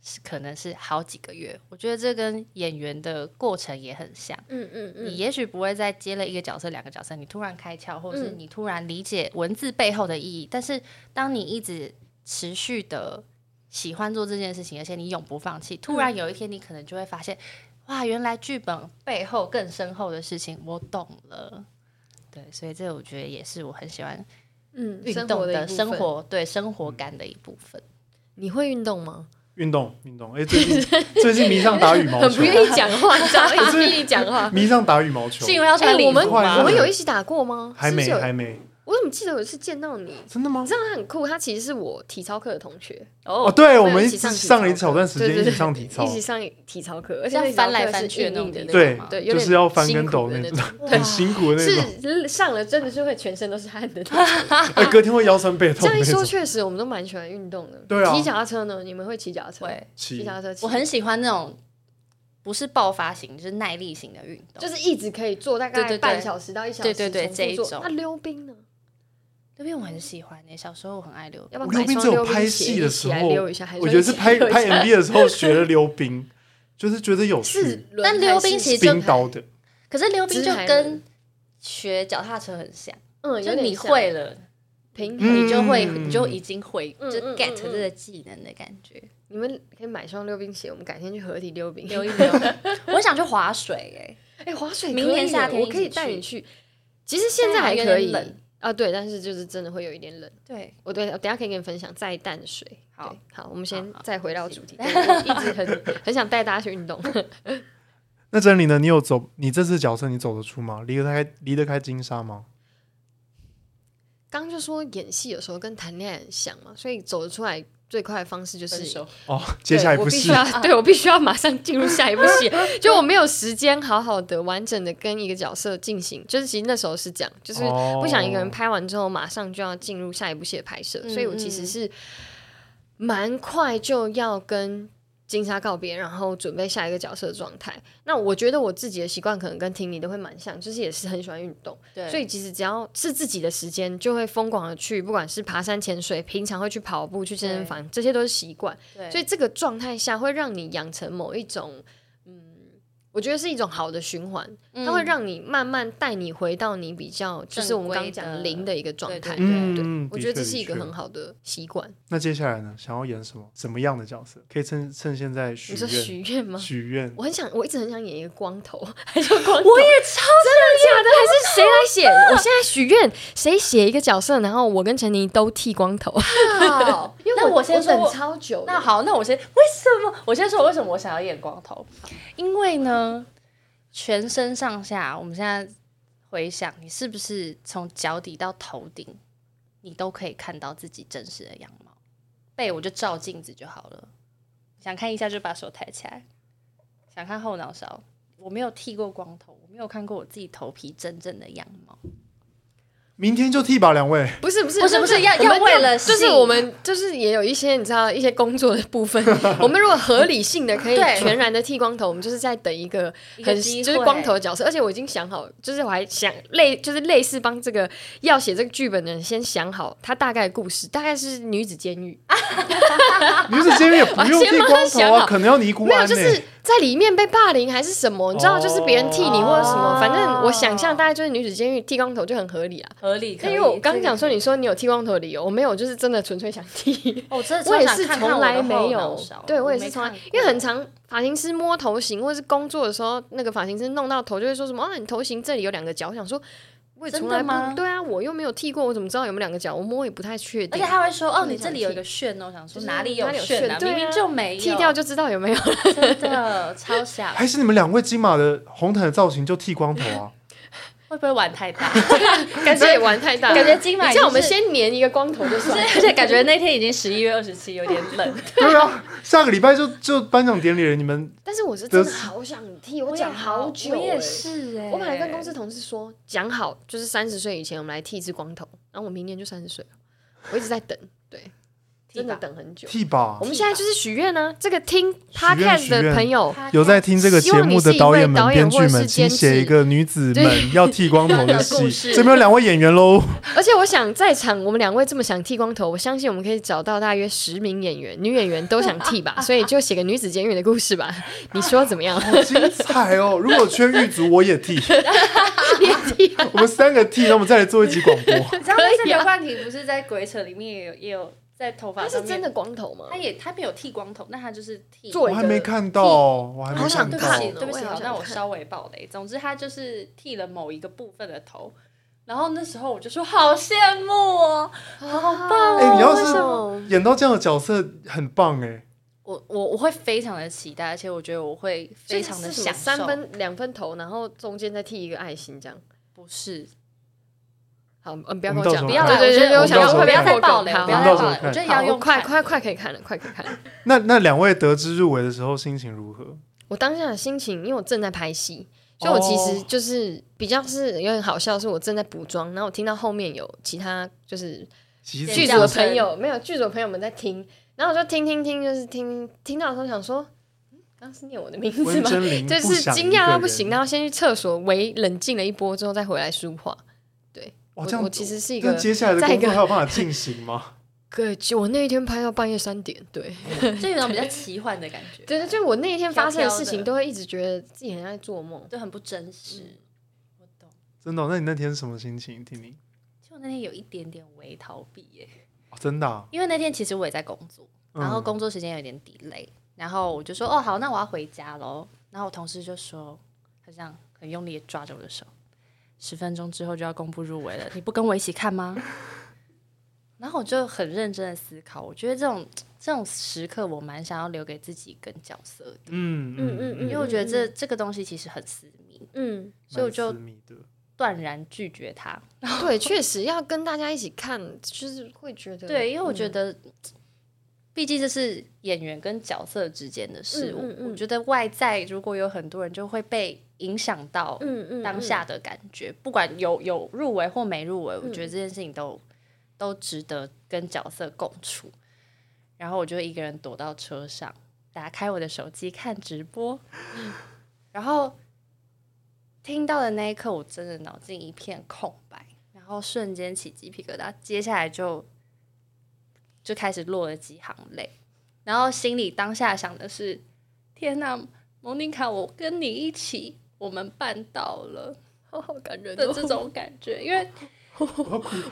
Speaker 3: 是可能是好几个月。我觉得这跟演员的过程也很像。
Speaker 4: 嗯嗯
Speaker 3: 你
Speaker 4: 嗯，
Speaker 3: 也许不会再接了一个角色、两个角色，你突然开窍，或者是
Speaker 4: 嗯
Speaker 3: 你突然理解文字背后的意义。但是，当你一直持续的喜欢做这件事情，而且你永不放弃，突然
Speaker 4: 嗯
Speaker 3: 有一天你可能就会发现，哇，原来剧本背后更深厚的事情，我懂了。对，所以这我觉得也是我很喜欢
Speaker 4: 嗯
Speaker 3: 运
Speaker 4: 生
Speaker 3: 动
Speaker 4: 活
Speaker 3: 的
Speaker 4: 的一部
Speaker 3: 生
Speaker 4: 分
Speaker 3: 活，对生活感的一部分。
Speaker 4: 你会运动吗？
Speaker 2: 运动运动，哎、最 近最近迷上打羽毛
Speaker 4: 很
Speaker 2: 球
Speaker 4: 不，愿意讲话，你知道 吗？一直逼你讲话。
Speaker 2: 迷上打羽毛球
Speaker 3: 是，因为要
Speaker 4: 哎，
Speaker 3: 穿礼
Speaker 4: 我
Speaker 3: 服
Speaker 4: 们
Speaker 2: 吗
Speaker 4: 我们有一起打过
Speaker 2: 啊
Speaker 4: 吗？
Speaker 2: 还
Speaker 4: 是不
Speaker 2: 没
Speaker 4: 是有
Speaker 2: 还没，
Speaker 4: 我怎么记得有一次见到你？
Speaker 2: 真的吗
Speaker 4: 你知？道他很酷，他其实是我体操课的同学，
Speaker 2: 哦，
Speaker 3: 哦，
Speaker 2: 对，
Speaker 4: 我
Speaker 2: 我
Speaker 4: 们
Speaker 2: 们
Speaker 4: 有
Speaker 2: 一
Speaker 4: 一起
Speaker 2: 直
Speaker 4: 上体
Speaker 2: 上了一
Speaker 4: 操
Speaker 2: 小段时
Speaker 4: 对
Speaker 2: 间
Speaker 4: 对
Speaker 2: 一
Speaker 4: 对
Speaker 2: 起上体操
Speaker 4: 一，起上体操课，而且
Speaker 3: 像
Speaker 4: 那体操
Speaker 3: 翻来
Speaker 4: 课是
Speaker 3: 翻去的那
Speaker 4: 硬硬
Speaker 3: 种地
Speaker 4: 的那
Speaker 3: 方
Speaker 2: 对
Speaker 3: 吗
Speaker 4: 对，有
Speaker 2: 就
Speaker 4: 点
Speaker 2: 是要翻
Speaker 4: 辛
Speaker 2: 跟
Speaker 4: 苦
Speaker 2: 斗
Speaker 4: 的
Speaker 2: 那
Speaker 4: 那 种
Speaker 2: 很辛苦的那种，
Speaker 4: 是上了真的是会全身都是汗 的那种。
Speaker 2: 哎、隔天会腰酸背
Speaker 4: 嗯这
Speaker 2: 痛
Speaker 4: 样一
Speaker 2: 那
Speaker 4: 说，
Speaker 2: 种。
Speaker 4: 确实我们都蛮喜欢运动的。
Speaker 2: 对啊
Speaker 4: 骑脚踏车呢？你们会骑脚踏车？
Speaker 3: 会，
Speaker 4: 骑
Speaker 2: 骑
Speaker 4: 脚踏车骑，
Speaker 3: 我很喜欢那种不是爆发型，就是耐力型的运动。
Speaker 4: 就是一直可以坐大
Speaker 3: 对对
Speaker 4: 概
Speaker 3: 对
Speaker 4: 半小时到一小时，
Speaker 3: 对对对
Speaker 4: 重复
Speaker 3: 这一
Speaker 4: 做
Speaker 3: 种
Speaker 4: 那溜冰呢？
Speaker 3: 这边我很喜欢诶、小时候我很爱溜
Speaker 4: 要不
Speaker 2: 溜
Speaker 4: 要买
Speaker 2: 冰
Speaker 4: 双
Speaker 2: 只有
Speaker 4: 冰
Speaker 2: 拍
Speaker 4: 鞋
Speaker 2: 戏的
Speaker 4: 一起
Speaker 2: 时
Speaker 4: 来
Speaker 2: 候
Speaker 4: 溜一下，还是
Speaker 2: 我
Speaker 4: 说
Speaker 2: 觉得
Speaker 4: 一
Speaker 2: 是
Speaker 4: 起
Speaker 2: 拍
Speaker 4: 溜一
Speaker 2: 拍
Speaker 4: 下
Speaker 2: MV 的时 候学了溜冰，就是觉得有
Speaker 4: 是
Speaker 2: 趣。
Speaker 4: 轮
Speaker 3: 但溜冰
Speaker 4: 还是
Speaker 3: 其实就
Speaker 2: 冰刀的，
Speaker 3: 可是溜冰就
Speaker 4: 直男
Speaker 3: 跟学脚踏车很像，
Speaker 4: 嗯，
Speaker 3: 就
Speaker 4: 有点
Speaker 3: 你
Speaker 4: 像
Speaker 3: 会了，
Speaker 4: 平衡。
Speaker 2: 嗯
Speaker 3: 你就会，你就已经会，
Speaker 4: 嗯
Speaker 3: 就
Speaker 4: 嗯嗯
Speaker 3: get
Speaker 4: 嗯
Speaker 3: 这个技能的感觉。
Speaker 4: 你们可以买双溜冰鞋，我们改天去合体溜冰。
Speaker 3: 溜一溜， 我想去划水欸
Speaker 4: 哎，滑水
Speaker 3: 明
Speaker 4: 可
Speaker 3: 年
Speaker 4: 以
Speaker 3: 夏
Speaker 4: 耶
Speaker 3: 天
Speaker 4: 我
Speaker 3: 一
Speaker 4: 可
Speaker 3: 起
Speaker 4: 以带你去。其实
Speaker 3: 现在
Speaker 4: 现在
Speaker 3: 好
Speaker 4: 还
Speaker 3: 像有
Speaker 4: 可
Speaker 3: 点
Speaker 4: 以
Speaker 3: 冷
Speaker 4: 啊，对，但是就是真的会有一点冷。
Speaker 3: 哎、对，
Speaker 4: 我对，我等一下可以跟你分享再淡水。
Speaker 3: 好
Speaker 4: 对，好，我们先
Speaker 3: 好好
Speaker 4: 再回到主题，对我一直很很想带大家去运动。
Speaker 2: 那真理呢？你有走？你这次角色你走得出吗？离得开离得开金沙吗？
Speaker 4: 刚就说演戏有时候跟谈恋爱很像嘛，所以走得出来最快的方式就是
Speaker 3: 分手。
Speaker 2: 哦，接下来
Speaker 4: 对
Speaker 2: 不
Speaker 4: 我必须
Speaker 2: 是
Speaker 4: 要，对我必须要马上进入下一部 戏，就我没有时间好好的完整的跟一个角色进行，就是其实那时候是这样，就是
Speaker 2: 哦
Speaker 4: 不想一个人拍完之后马上就要进入下一部戏的拍摄，
Speaker 3: 嗯
Speaker 4: 所以我其实是蛮快就要跟。金沙告别，然后准备下一个角色的状态。那我觉得我自己的习惯可能跟婷你都会蛮像，就是也是很喜欢运动，
Speaker 3: 对，
Speaker 4: 所以其实只要是自己的时间，就会疯狂的去，不管是爬山、潜水，平常会去跑步、去健身房，这些都是习惯。
Speaker 3: 对
Speaker 4: 所以这个状态下会让你养成某一种，嗯，我觉得是一种好的循环，它会让你慢慢带你回到你比较，就是我们刚刚讲的
Speaker 3: 嗯正规的
Speaker 4: 零的一个状态。
Speaker 3: 对对
Speaker 2: 嗯，
Speaker 4: 对
Speaker 2: 嗯
Speaker 4: 我觉得这是一个。
Speaker 2: 的确的
Speaker 4: 很
Speaker 2: 确
Speaker 4: 好的习惯。
Speaker 2: 那接下来呢？想要演什么什么样的角色？可以趁趁现在许
Speaker 4: 你说
Speaker 2: 愿
Speaker 4: 许愿吗？
Speaker 2: 许愿。
Speaker 4: 我很想，我一直很想演一个光头， 还是光头？我也超真的假的？还是 谁来写？我现在许愿，谁写一个角色，然后我跟陈妮都剃光头。
Speaker 3: 好，那我先说
Speaker 4: 等
Speaker 3: 我。
Speaker 4: 超久的，
Speaker 3: 那好，那我先为什么？我先说为什么我想要演光头，因为呢，全身上下，我们现在回想，你是不是从脚底到头顶，你都可以看到自己真实的样貌？背我就照镜子就好了，想看一下就把手抬起来，想看后脑勺。我没有剃过光头，我没有看过我自己头皮真正的样貌。
Speaker 2: 明天就剃吧，两 位。
Speaker 4: 不是不是
Speaker 3: 不是不是要
Speaker 4: 我们
Speaker 3: 要为了
Speaker 4: 就是
Speaker 3: 性
Speaker 4: 我们就是也有一些你知道一些工作的部 分，我们如果合理性的可以
Speaker 3: 对
Speaker 4: 全然的剃光头，我们就是在等一个
Speaker 3: 一个
Speaker 4: 很
Speaker 3: 机会
Speaker 4: 就是光头的角色，而且我已经想好，就是我还想类就是类似帮这个要写这个剧本的人先想好他大概的故事，大概是女子监狱，啊
Speaker 2: 女子监狱也不用剃光头啊，可能要尼姑
Speaker 4: 没有
Speaker 2: 庵
Speaker 4: 就
Speaker 2: 呢、
Speaker 4: 是
Speaker 3: 欸
Speaker 4: 在里面被霸凌还是什么，你知道
Speaker 2: 哦
Speaker 4: 就是别人剃你或者什么，反正我想象
Speaker 3: 哦
Speaker 4: 大概就是女子监狱剃光头就很合理啊。
Speaker 3: 合理，
Speaker 4: 因为我刚讲说，你说你有剃光头的理由，我没有，就是真的纯粹想剃。
Speaker 3: 哦我真的
Speaker 4: 我也
Speaker 3: 超想
Speaker 4: 是
Speaker 3: 看看
Speaker 4: 从
Speaker 3: 我的
Speaker 4: 来没
Speaker 3: 后脑
Speaker 4: 有
Speaker 3: 勺，
Speaker 4: 对我也
Speaker 3: 没
Speaker 4: 是从来
Speaker 3: 看，
Speaker 4: 因为很
Speaker 3: 过
Speaker 4: 常发型师摸头型，或者是工作的时候，那个发型师弄到头就会说什么啊，你头型这里有两个角，我想说。我也从来
Speaker 3: 真的吗
Speaker 4: 不对啊，我又没有剃过，我怎么知道有没有两个角？我摸也不太确
Speaker 3: 而
Speaker 4: 定
Speaker 3: 且，他会说：“哦，
Speaker 4: 真的
Speaker 3: 你这里有一个炫哦。”我想说哪里有
Speaker 4: 哪里有
Speaker 3: 炫啊？
Speaker 4: 炫对
Speaker 3: 明
Speaker 4: 啊
Speaker 3: 明就没有，
Speaker 4: 剃 掉就知道有没有。
Speaker 3: 真的超想，
Speaker 2: 还是你们两位金马的红毯的造型就剃光头啊？
Speaker 3: 会不会玩太 大？
Speaker 4: 感觉也玩太大了，
Speaker 3: 感觉金马
Speaker 4: 你
Speaker 3: 已经
Speaker 4: 叫我们
Speaker 3: 是
Speaker 4: 先粘一个光头就算了。
Speaker 3: 而且感觉那天已经十一月二十七，有点冷。
Speaker 2: 对啊，下个礼拜就就颁奖典礼了，你们
Speaker 4: 但是我是真的好想剃，我讲好久、欸，
Speaker 3: 我也是哎，
Speaker 4: 我本来跟公司同事说，讲好就是三十岁以前我们来剃一次光头，然后我明年就三十岁了，我一直在等，对，
Speaker 3: 剃吧
Speaker 4: 真的等很久。
Speaker 2: 剃吧
Speaker 4: 我。们现在就是许愿呢，这个听
Speaker 2: 许愿许
Speaker 4: podcast
Speaker 2: 愿
Speaker 4: 的朋友，
Speaker 2: 有在听这个节目的导演们、编剧们，请写一个女子们要剃光头的
Speaker 3: 对
Speaker 2: 戏。这边有两位演员喽，
Speaker 4: 而且我想在场我们两位这么想剃光头，我相信我们可以找到大约十名演员，女演员都想 剃吧，所以就写个女子监狱的故事吧，你说怎么样？
Speaker 2: 好精彩哦！如果缺狱卒，我也 剃，
Speaker 4: 别剃啊，
Speaker 2: 我们三个剃，那我们再来做一集广播。
Speaker 3: 你知道那次刘冠廷不是在《鬼扯》里面也有也有在头发
Speaker 4: 他
Speaker 3: 上
Speaker 4: 是
Speaker 3: 面，
Speaker 4: 真的光头 吗
Speaker 3: 他？也他没有剃光头，那他就是剃
Speaker 4: 做
Speaker 2: 我
Speaker 4: 一
Speaker 2: 还
Speaker 4: 个
Speaker 2: 没看到，我还没
Speaker 4: 好
Speaker 2: 看
Speaker 4: 想
Speaker 3: 对
Speaker 4: 看
Speaker 3: 不
Speaker 2: 到
Speaker 3: 起，
Speaker 4: 哦
Speaker 3: 对不起，
Speaker 4: 我也好
Speaker 3: 好，
Speaker 4: 想
Speaker 3: 那我
Speaker 4: 看
Speaker 3: 稍微爆雷。总之，他就是剃了某一个部分的头，然后那时候我就说好羡慕哦，好棒哦！
Speaker 2: 哎你要是
Speaker 3: 为什么
Speaker 2: 演到这样的角色很棒哎、
Speaker 3: 我我我会非常的期待，而且我觉得我会非常的
Speaker 4: 所以是什
Speaker 3: 享
Speaker 4: 么
Speaker 3: 受。
Speaker 4: 三分两分头，然后中间再剃一个爱心这样。
Speaker 3: 不是，
Speaker 4: 好，嗯，不
Speaker 2: 我
Speaker 4: 要跟
Speaker 2: 们
Speaker 4: 我
Speaker 2: 到时候
Speaker 4: 讲，
Speaker 3: 不要
Speaker 2: 看
Speaker 3: 啦，
Speaker 4: 对对对，
Speaker 3: 我觉
Speaker 4: 我想
Speaker 3: 得
Speaker 2: 到时候
Speaker 4: 说
Speaker 3: 不
Speaker 4: 不
Speaker 3: 要
Speaker 4: 要
Speaker 3: 太
Speaker 4: 太
Speaker 3: 爆雷，不要
Speaker 2: 到
Speaker 3: 太
Speaker 2: 时候
Speaker 3: 爆雷，
Speaker 2: 看
Speaker 3: 我觉得
Speaker 4: 好，
Speaker 3: 要
Speaker 4: 我
Speaker 3: 用
Speaker 4: 快
Speaker 3: 看
Speaker 4: 快快可以看了，快可以看了。
Speaker 2: 那那两位得知入围的时候心情如何？
Speaker 4: 我当下的心情，因为我正在拍戏，所以我其
Speaker 2: 哦
Speaker 4: 实就是比较是有点好笑，是我正在补妆，然后我听到后面有其他就是
Speaker 2: 其
Speaker 4: 剧
Speaker 2: 实
Speaker 4: 组的朋友，没有剧组的朋友们在听，然后我就听听听，就是听听到的时候想说，嗯刚是念我的名字
Speaker 2: 温
Speaker 4: 吗？
Speaker 2: 真菱
Speaker 4: 就
Speaker 2: 不
Speaker 4: 是
Speaker 2: 想
Speaker 4: 惊
Speaker 2: 一个
Speaker 4: 讶到不
Speaker 2: 人
Speaker 4: 行，然后先去厕所微冷静了一波之后再回来梳化。
Speaker 2: 哇，
Speaker 4: 我
Speaker 2: 哦这样
Speaker 4: 我其实是一
Speaker 2: 那
Speaker 4: 个
Speaker 2: 接下来的
Speaker 4: 在一
Speaker 2: 工作
Speaker 4: 个
Speaker 2: 还有办法进行吗？
Speaker 4: 可就我那一天拍到半夜三点，对，
Speaker 3: 就有种比较奇幻的感觉，
Speaker 4: 对对，就我那一天发生的事
Speaker 3: 飘飘
Speaker 4: 情，
Speaker 3: 的
Speaker 4: 都会一直觉得自己很像在做梦。
Speaker 3: 就很不真实。我懂，
Speaker 2: 真的哦、那你那天是什么心情？听听，
Speaker 3: 其实我那天有一点点微逃避耶，
Speaker 2: 哦、真的啊、
Speaker 3: 因为那天其实我也在工作，
Speaker 2: 嗯
Speaker 3: 然后工作时间有点 delay，然后我就说哦好，那我要回家喽。然后我同事就说，他这样很用力的抓着我的手，十分钟之后就要公布入围了，你不跟我一起看吗？ 然后我就很认真的思考，我觉得这种这种时刻我蛮想要留给自己跟角色的，
Speaker 2: 嗯嗯嗯，
Speaker 4: 嗯
Speaker 3: 因为我觉得这这个东西其实很私密，
Speaker 4: 嗯，
Speaker 3: 所以我就
Speaker 2: 蛮私密的
Speaker 3: 断然拒绝他。
Speaker 4: 对，确实要跟大家一起看，就是会觉得
Speaker 3: 对，因为我觉
Speaker 4: 得
Speaker 3: 得，毕竟这是演员跟角色之间的事，
Speaker 4: 嗯嗯
Speaker 3: 我
Speaker 4: 嗯
Speaker 3: 我觉得外在如果有很多人就会被影响到
Speaker 4: 嗯嗯
Speaker 3: 当下的感觉，不管有有入围或没入围，我
Speaker 4: 嗯
Speaker 3: 觉得这件事情都都值得跟角色共处。然后我就一个人躲到车上，打开我的手机看直 播，然后听到的那一刻，我真的脑筋一片空白，然后瞬间起鸡皮疙瘩，接下来就就开始落了几行泪，然后心里当下想的是：天呐，蒙妮卡，我跟你一起，我们办到 了
Speaker 4: 好好感人
Speaker 3: 的
Speaker 4: 哦，
Speaker 3: 这种感觉， 因为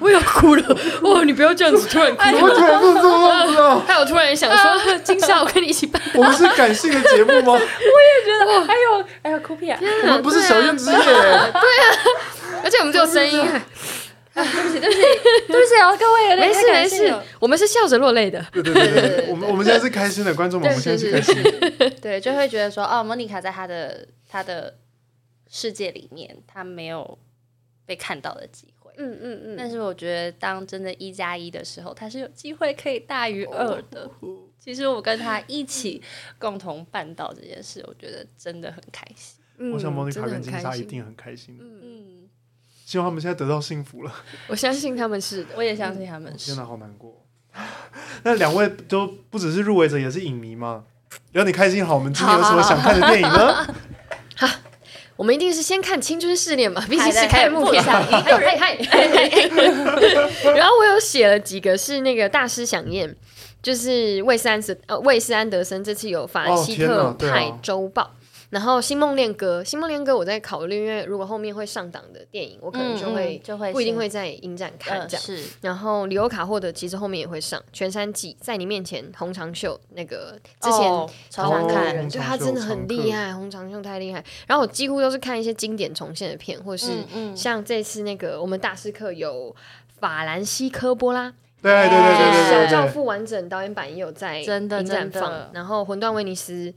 Speaker 4: 我要哭了哦！你不要这样子突然哭，
Speaker 2: 我突然是这样子啊！
Speaker 4: 害我突然想说，金莎，我跟你一起办，
Speaker 2: 我们是感性的节目吗？
Speaker 3: 哎呦哎呦，哭屁啊！
Speaker 2: 我们不是小燕之夜欸，
Speaker 4: 而且我们只有声音，
Speaker 3: 对不起啊，各位有点
Speaker 4: 没
Speaker 3: 太
Speaker 4: 事没
Speaker 3: 感性
Speaker 4: 事
Speaker 3: 了，
Speaker 4: 我们是笑着落泪的。
Speaker 2: 对对对对对，我们我们现在是开心的，观众们，我们现在是开心的，
Speaker 3: 对，就会觉得说，哦，莫妮卡在她的她的世界里面，她没有被看到的机会。
Speaker 4: 嗯嗯
Speaker 3: 但是我觉得，当真的一加一的时候，它是有机会可以大于二的。其实我跟他一起共同办到这件事，我觉得真的很开心。
Speaker 4: 嗯
Speaker 2: 我想莫妮卡跟
Speaker 4: 真的
Speaker 2: 金
Speaker 4: 很
Speaker 2: 莎
Speaker 4: 开
Speaker 2: 一
Speaker 4: 心
Speaker 2: 定很开心的，
Speaker 3: 嗯，
Speaker 2: 希望他们现在得到幸福了。
Speaker 4: 我相信他们是的。
Speaker 3: 我也相信他们是
Speaker 2: 天。哪，好难过。那两位都不只是入围者，也是影迷嘛。让你开心好，我们今年有什么想看的电影呢？
Speaker 4: 我们一定是先看《青春试炼》嘛，毕竟是
Speaker 3: 来
Speaker 4: 开幕片。
Speaker 3: 来不想
Speaker 4: 嗨嗨嗨嗨嗨然后我有写了几个是那个大师响宴，就是魏斯安斯呃魏斯安德森这次有法兰西特
Speaker 2: 哦天哪对
Speaker 4: 派
Speaker 2: 啊
Speaker 4: 周报。然后《星梦恋歌》，《星梦恋歌》我在考虑，因为如果后面会上档的电影，我可能就会、
Speaker 3: 嗯嗯就会
Speaker 4: 不一定
Speaker 3: 先
Speaker 4: 会在影展看
Speaker 3: 嗯，
Speaker 4: 这样。
Speaker 3: 是
Speaker 4: 然后里欧卡获得其实后面也会上《全山记》，在你面前红长袖那个之前、
Speaker 3: 哦超
Speaker 2: 好
Speaker 3: 想看，
Speaker 2: 红
Speaker 4: 就
Speaker 2: 长
Speaker 4: 他
Speaker 2: 袖
Speaker 4: 真的
Speaker 2: 常
Speaker 4: 很
Speaker 2: 客
Speaker 4: 厉害，洪长秀太厉害。然后我几乎都是看一些经典重现的片，或是
Speaker 3: 嗯嗯
Speaker 4: 像这次那个我们大师课有法兰西科波拉，
Speaker 2: 对对对
Speaker 4: 就
Speaker 2: 对
Speaker 4: 是
Speaker 2: 对
Speaker 4: 小
Speaker 2: 对
Speaker 4: 教
Speaker 2: 对。
Speaker 4: 父完整导演版也有在
Speaker 3: 真的
Speaker 4: 影展
Speaker 3: 真的
Speaker 4: 放，然后魂断威尼斯，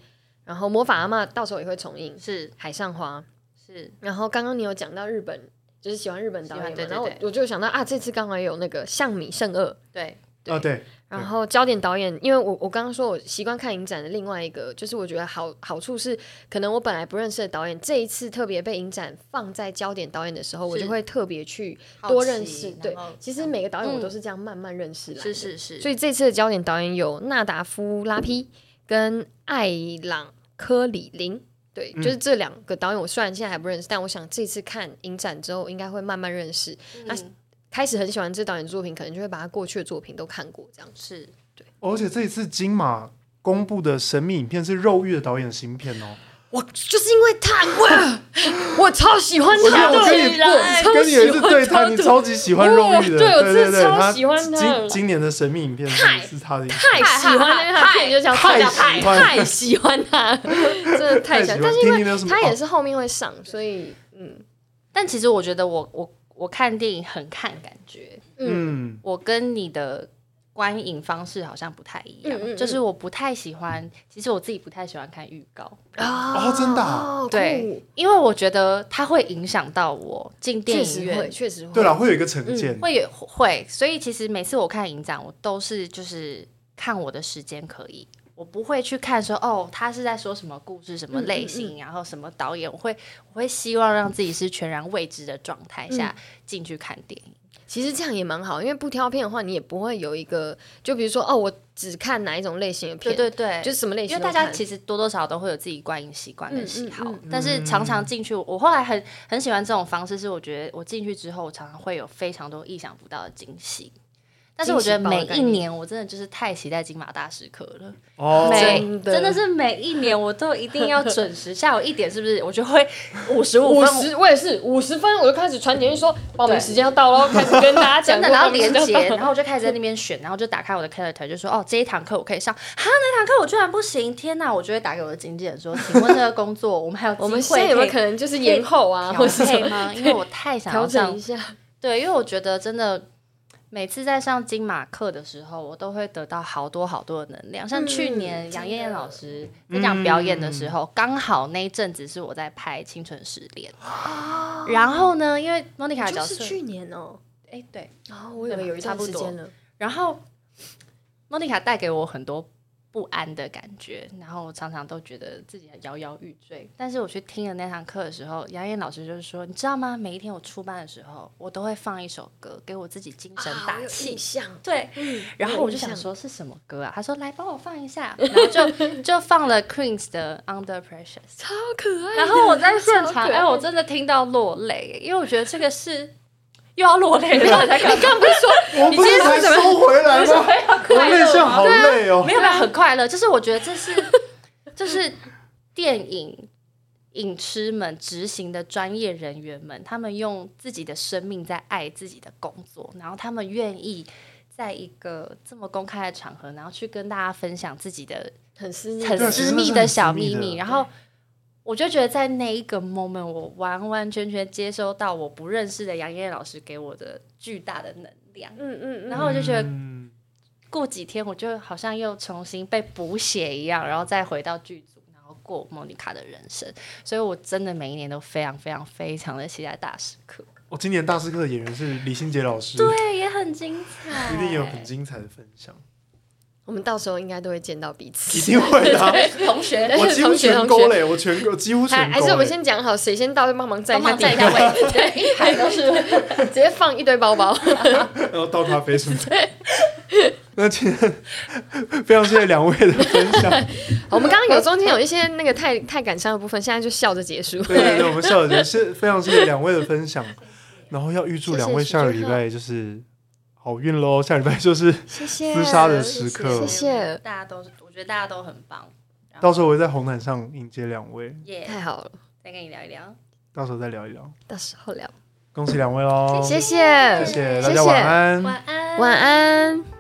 Speaker 4: 然后魔法阿嬷到时候也会重映，
Speaker 3: 是
Speaker 4: 海上花。
Speaker 3: 是，
Speaker 4: 然后刚刚你有讲到日本，就是喜欢日本导演
Speaker 3: 喜
Speaker 4: 嘛，
Speaker 3: 欢对对
Speaker 4: 然后我
Speaker 3: 对
Speaker 4: 我就想到啊，这次刚好也有那个向米圣二，
Speaker 3: 对，
Speaker 2: 啊，对，
Speaker 4: 然后焦点导演，因为我我刚刚说我习惯看影展的另外一个，就是我觉得好好处是，可能我本来不认识的导演，这一次特别被影展放在焦点导演的时候，我
Speaker 3: 是
Speaker 4: 就会特别去
Speaker 3: 好
Speaker 4: 多
Speaker 3: 奇
Speaker 4: 认识。
Speaker 3: 然
Speaker 4: 对
Speaker 3: 后，嗯
Speaker 4: 其实每个导演我都是这样慢慢认识来的。
Speaker 3: 是是是，
Speaker 4: 所以这次的焦点导演有纳达夫拉皮跟艾朗科里林。对，
Speaker 2: 嗯
Speaker 4: 就是这两个导演，我虽然现在还不认识，但我想这次看影展之后，应该会慢慢认识。那
Speaker 3: 嗯
Speaker 4: 开始很喜欢这导演的作品，可能就会把他过去的作品都看过，这样。
Speaker 3: 是
Speaker 2: 而且这一次金马公布的神秘影片是肉欲的导演新片哦。
Speaker 4: 我就是因为他很贵， 我超喜欢
Speaker 2: 我记
Speaker 4: 他
Speaker 2: 得我跟你
Speaker 4: 的，
Speaker 2: 对跟你有一次对谈，你超级喜欢肉欲的，
Speaker 4: 对我真的
Speaker 2: 对对，
Speaker 4: 超
Speaker 2: 他
Speaker 4: 喜欢他
Speaker 2: 今今年的神秘影片是是他的影片，
Speaker 4: 太喜欢他，他片就叫
Speaker 2: 太
Speaker 4: 叫
Speaker 2: 喜欢
Speaker 4: 太喜欢他，真的太喜
Speaker 2: 太喜欢哦
Speaker 4: 欢。但是因
Speaker 2: 听你有
Speaker 4: 为
Speaker 2: 什么
Speaker 4: 他也是后面会上，所以嗯，
Speaker 3: 但其实我觉得我我我看电影很看感觉，
Speaker 2: 嗯
Speaker 3: 我跟你的观影方式好像不太一样，
Speaker 4: 嗯嗯嗯
Speaker 3: 就是我不太喜欢，其实我自己不太喜欢看预告，
Speaker 4: 啊
Speaker 2: 哦真的啊
Speaker 4: 酷
Speaker 3: 对，因为我觉得它会影响到我进电
Speaker 4: 确
Speaker 3: 影
Speaker 4: 实会，
Speaker 3: 院，
Speaker 4: 确实会。
Speaker 2: 对了，会有一个成
Speaker 4: 嗯
Speaker 2: 见，
Speaker 3: 会有会，所以其实每次我看影展，我都是就是看我的时间可以。我不会去看说哦，他是在说什么故事、什
Speaker 4: 嗯
Speaker 3: 么类型，然后什么导演，我会我会希望让自己是全然未知的状态下
Speaker 4: 嗯
Speaker 3: 进去看电影。
Speaker 4: 其实这样也蛮好，因为不挑片的话，你也不会有一个，就比如说哦，我只看哪一种类型的片，
Speaker 3: 对对，
Speaker 4: 就是什么类
Speaker 3: 因
Speaker 4: 型
Speaker 3: 为
Speaker 4: 都看，
Speaker 3: 大家其实多多少少都会有自己观影习惯跟喜好，
Speaker 4: 嗯嗯
Speaker 3: 但是常常进去，我后来很很喜欢这种方式，是我觉得我进去之后，我常常会有非常多意想不到的惊喜。但是我觉得每一年我真的就是太期待金马大师课了，
Speaker 2: 哦，
Speaker 3: 每
Speaker 4: 真的
Speaker 3: 真的是每一年我都一定要准时，下午一点是不是？我就 会五十五
Speaker 4: 五
Speaker 3: 分
Speaker 4: 十，我也是五十分，我就开始传简讯说报名时间要到喽，开始跟大家讲
Speaker 3: 真的，
Speaker 4: 说
Speaker 3: 然后
Speaker 4: 报名时
Speaker 3: 连
Speaker 4: 间要到
Speaker 3: 接，然后我就开始在那边选，然后就打开我的 calendar，就说哦，这一堂课我可以上，哈，那堂课我居然不行，天哪！我就会打给我的经纪人说，请问这个工作我们还有
Speaker 4: 我们
Speaker 3: 机
Speaker 4: 现在
Speaker 3: 会
Speaker 4: 有没
Speaker 3: 可
Speaker 4: 有可
Speaker 3: 以
Speaker 4: 能就是延后啊，
Speaker 3: 调
Speaker 4: 或是什
Speaker 3: 配
Speaker 4: 么
Speaker 3: 吗？因为我太想
Speaker 4: 调
Speaker 3: 要
Speaker 4: 整
Speaker 3: 上
Speaker 4: 一，下？
Speaker 3: 对，因为我觉得真的。每次在上金马课的时候，我都会得到好多好多的能量。像去年
Speaker 4: 嗯
Speaker 3: 杨
Speaker 4: 真的嗯
Speaker 3: 艳艳老师在讲表演的时候，刚好那一阵子是我在拍《青春失恋》，
Speaker 4: 啊
Speaker 3: 然后呢，因为 Monica 的角色，
Speaker 4: 年哦，
Speaker 3: 哎，对，
Speaker 4: 啊，我以为有一
Speaker 3: 差
Speaker 4: 段
Speaker 3: 不
Speaker 4: 时
Speaker 3: 多
Speaker 4: 间了，
Speaker 3: 然后莫妮卡带给我很多不安的感觉，然后我常常都觉得自己摇摇欲坠。但是我去听了那堂课的时候，杨艳老师就是说，你知道吗？每一天我出班的时候，我都会放一首歌给我自己精
Speaker 4: 啊
Speaker 3: 神打气。
Speaker 4: 象，
Speaker 3: 对，然后我就
Speaker 4: 我有
Speaker 3: 想
Speaker 4: 印象
Speaker 3: 说是什么歌啊？他说来帮我放一下，然后就 就放了 Queen's 的 Under Pressure。
Speaker 4: 超可爱。
Speaker 3: 然后我在 现场，
Speaker 4: 超可爱
Speaker 3: 哎，我真的听到落泪，因为我觉得这个是又要落泪 了，才敢
Speaker 4: 刚不是说
Speaker 2: 我不是才收回来吗？我
Speaker 3: 啊
Speaker 2: 内向好
Speaker 4: 啊
Speaker 2: 累哦
Speaker 3: 没，有没有很快乐，就是我觉得这是 这是电影影痴们执行的专业人员们，他们用自己的生命在爱自己的工作，然后他们愿意在一个这么公开的场合，然后去跟大家分享自己的
Speaker 4: 很私密，
Speaker 3: 很
Speaker 2: 对
Speaker 3: 私密的小秘
Speaker 2: 真的是很私
Speaker 3: 密，
Speaker 2: 密的
Speaker 3: 然后。我就觉得在那一个 moment，我完完全全接收到我不认识的杨艳老师给我的巨大的能量，
Speaker 4: 嗯嗯
Speaker 3: 然后我就觉得
Speaker 2: 嗯
Speaker 3: 过几天我就好像又重新被补血一样，然后再回到剧组，然后过莫妮卡的人生。所以我真的每一年都非常非常非常的期待大时刻，
Speaker 2: 我哦今年大师课的演员是李心洁老师，
Speaker 3: 对，也很精彩，
Speaker 2: 一定有很精彩的分享，
Speaker 4: 我们到时候应该都会见到彼
Speaker 2: 一
Speaker 4: 此。
Speaker 2: 定会的啊。
Speaker 3: 同 学
Speaker 2: 我几乎全
Speaker 4: 同学
Speaker 2: 勾
Speaker 4: 同
Speaker 2: 嘞，我全勾，几乎
Speaker 4: 还
Speaker 2: 全
Speaker 4: 还
Speaker 2: 勾
Speaker 4: 是我们
Speaker 2: 嘞。
Speaker 4: 先讲好，谁先到就帮忙站
Speaker 3: 帮
Speaker 4: 一下
Speaker 3: 忙
Speaker 4: 地，
Speaker 3: 站一下 位，对，一排都是
Speaker 4: 直接放一堆包包。
Speaker 2: 然后倒咖啡什么的。那今天非常谢谢两位的分 享，
Speaker 4: 好我们刚刚有中间有一些那个太太感伤的部分，现在就笑着结束。
Speaker 2: 对对对，我们下个礼拜是非常谢谢两位的分享，然后要预祝
Speaker 4: 谢谢
Speaker 2: 两位
Speaker 4: 许
Speaker 2: 下个
Speaker 4: 君
Speaker 2: 礼
Speaker 4: 浩
Speaker 2: 拜就是好运喽，下礼拜就是
Speaker 4: 谢谢
Speaker 2: 厮杀的时刻
Speaker 4: 谢谢
Speaker 3: 大家都是，我觉得大家都很棒，然后
Speaker 2: 到时候我会在红毯上迎接两位，
Speaker 3: 耶，
Speaker 4: 太好了，
Speaker 3: 再跟你聊一聊，
Speaker 2: 到时候再聊一聊。
Speaker 4: 到时候聊。
Speaker 2: 恭喜两位喽！
Speaker 4: 谢谢，
Speaker 2: 谢谢
Speaker 4: 谢
Speaker 2: 大
Speaker 4: 谢
Speaker 2: 家晚安。
Speaker 3: 晚安，
Speaker 4: 晚安。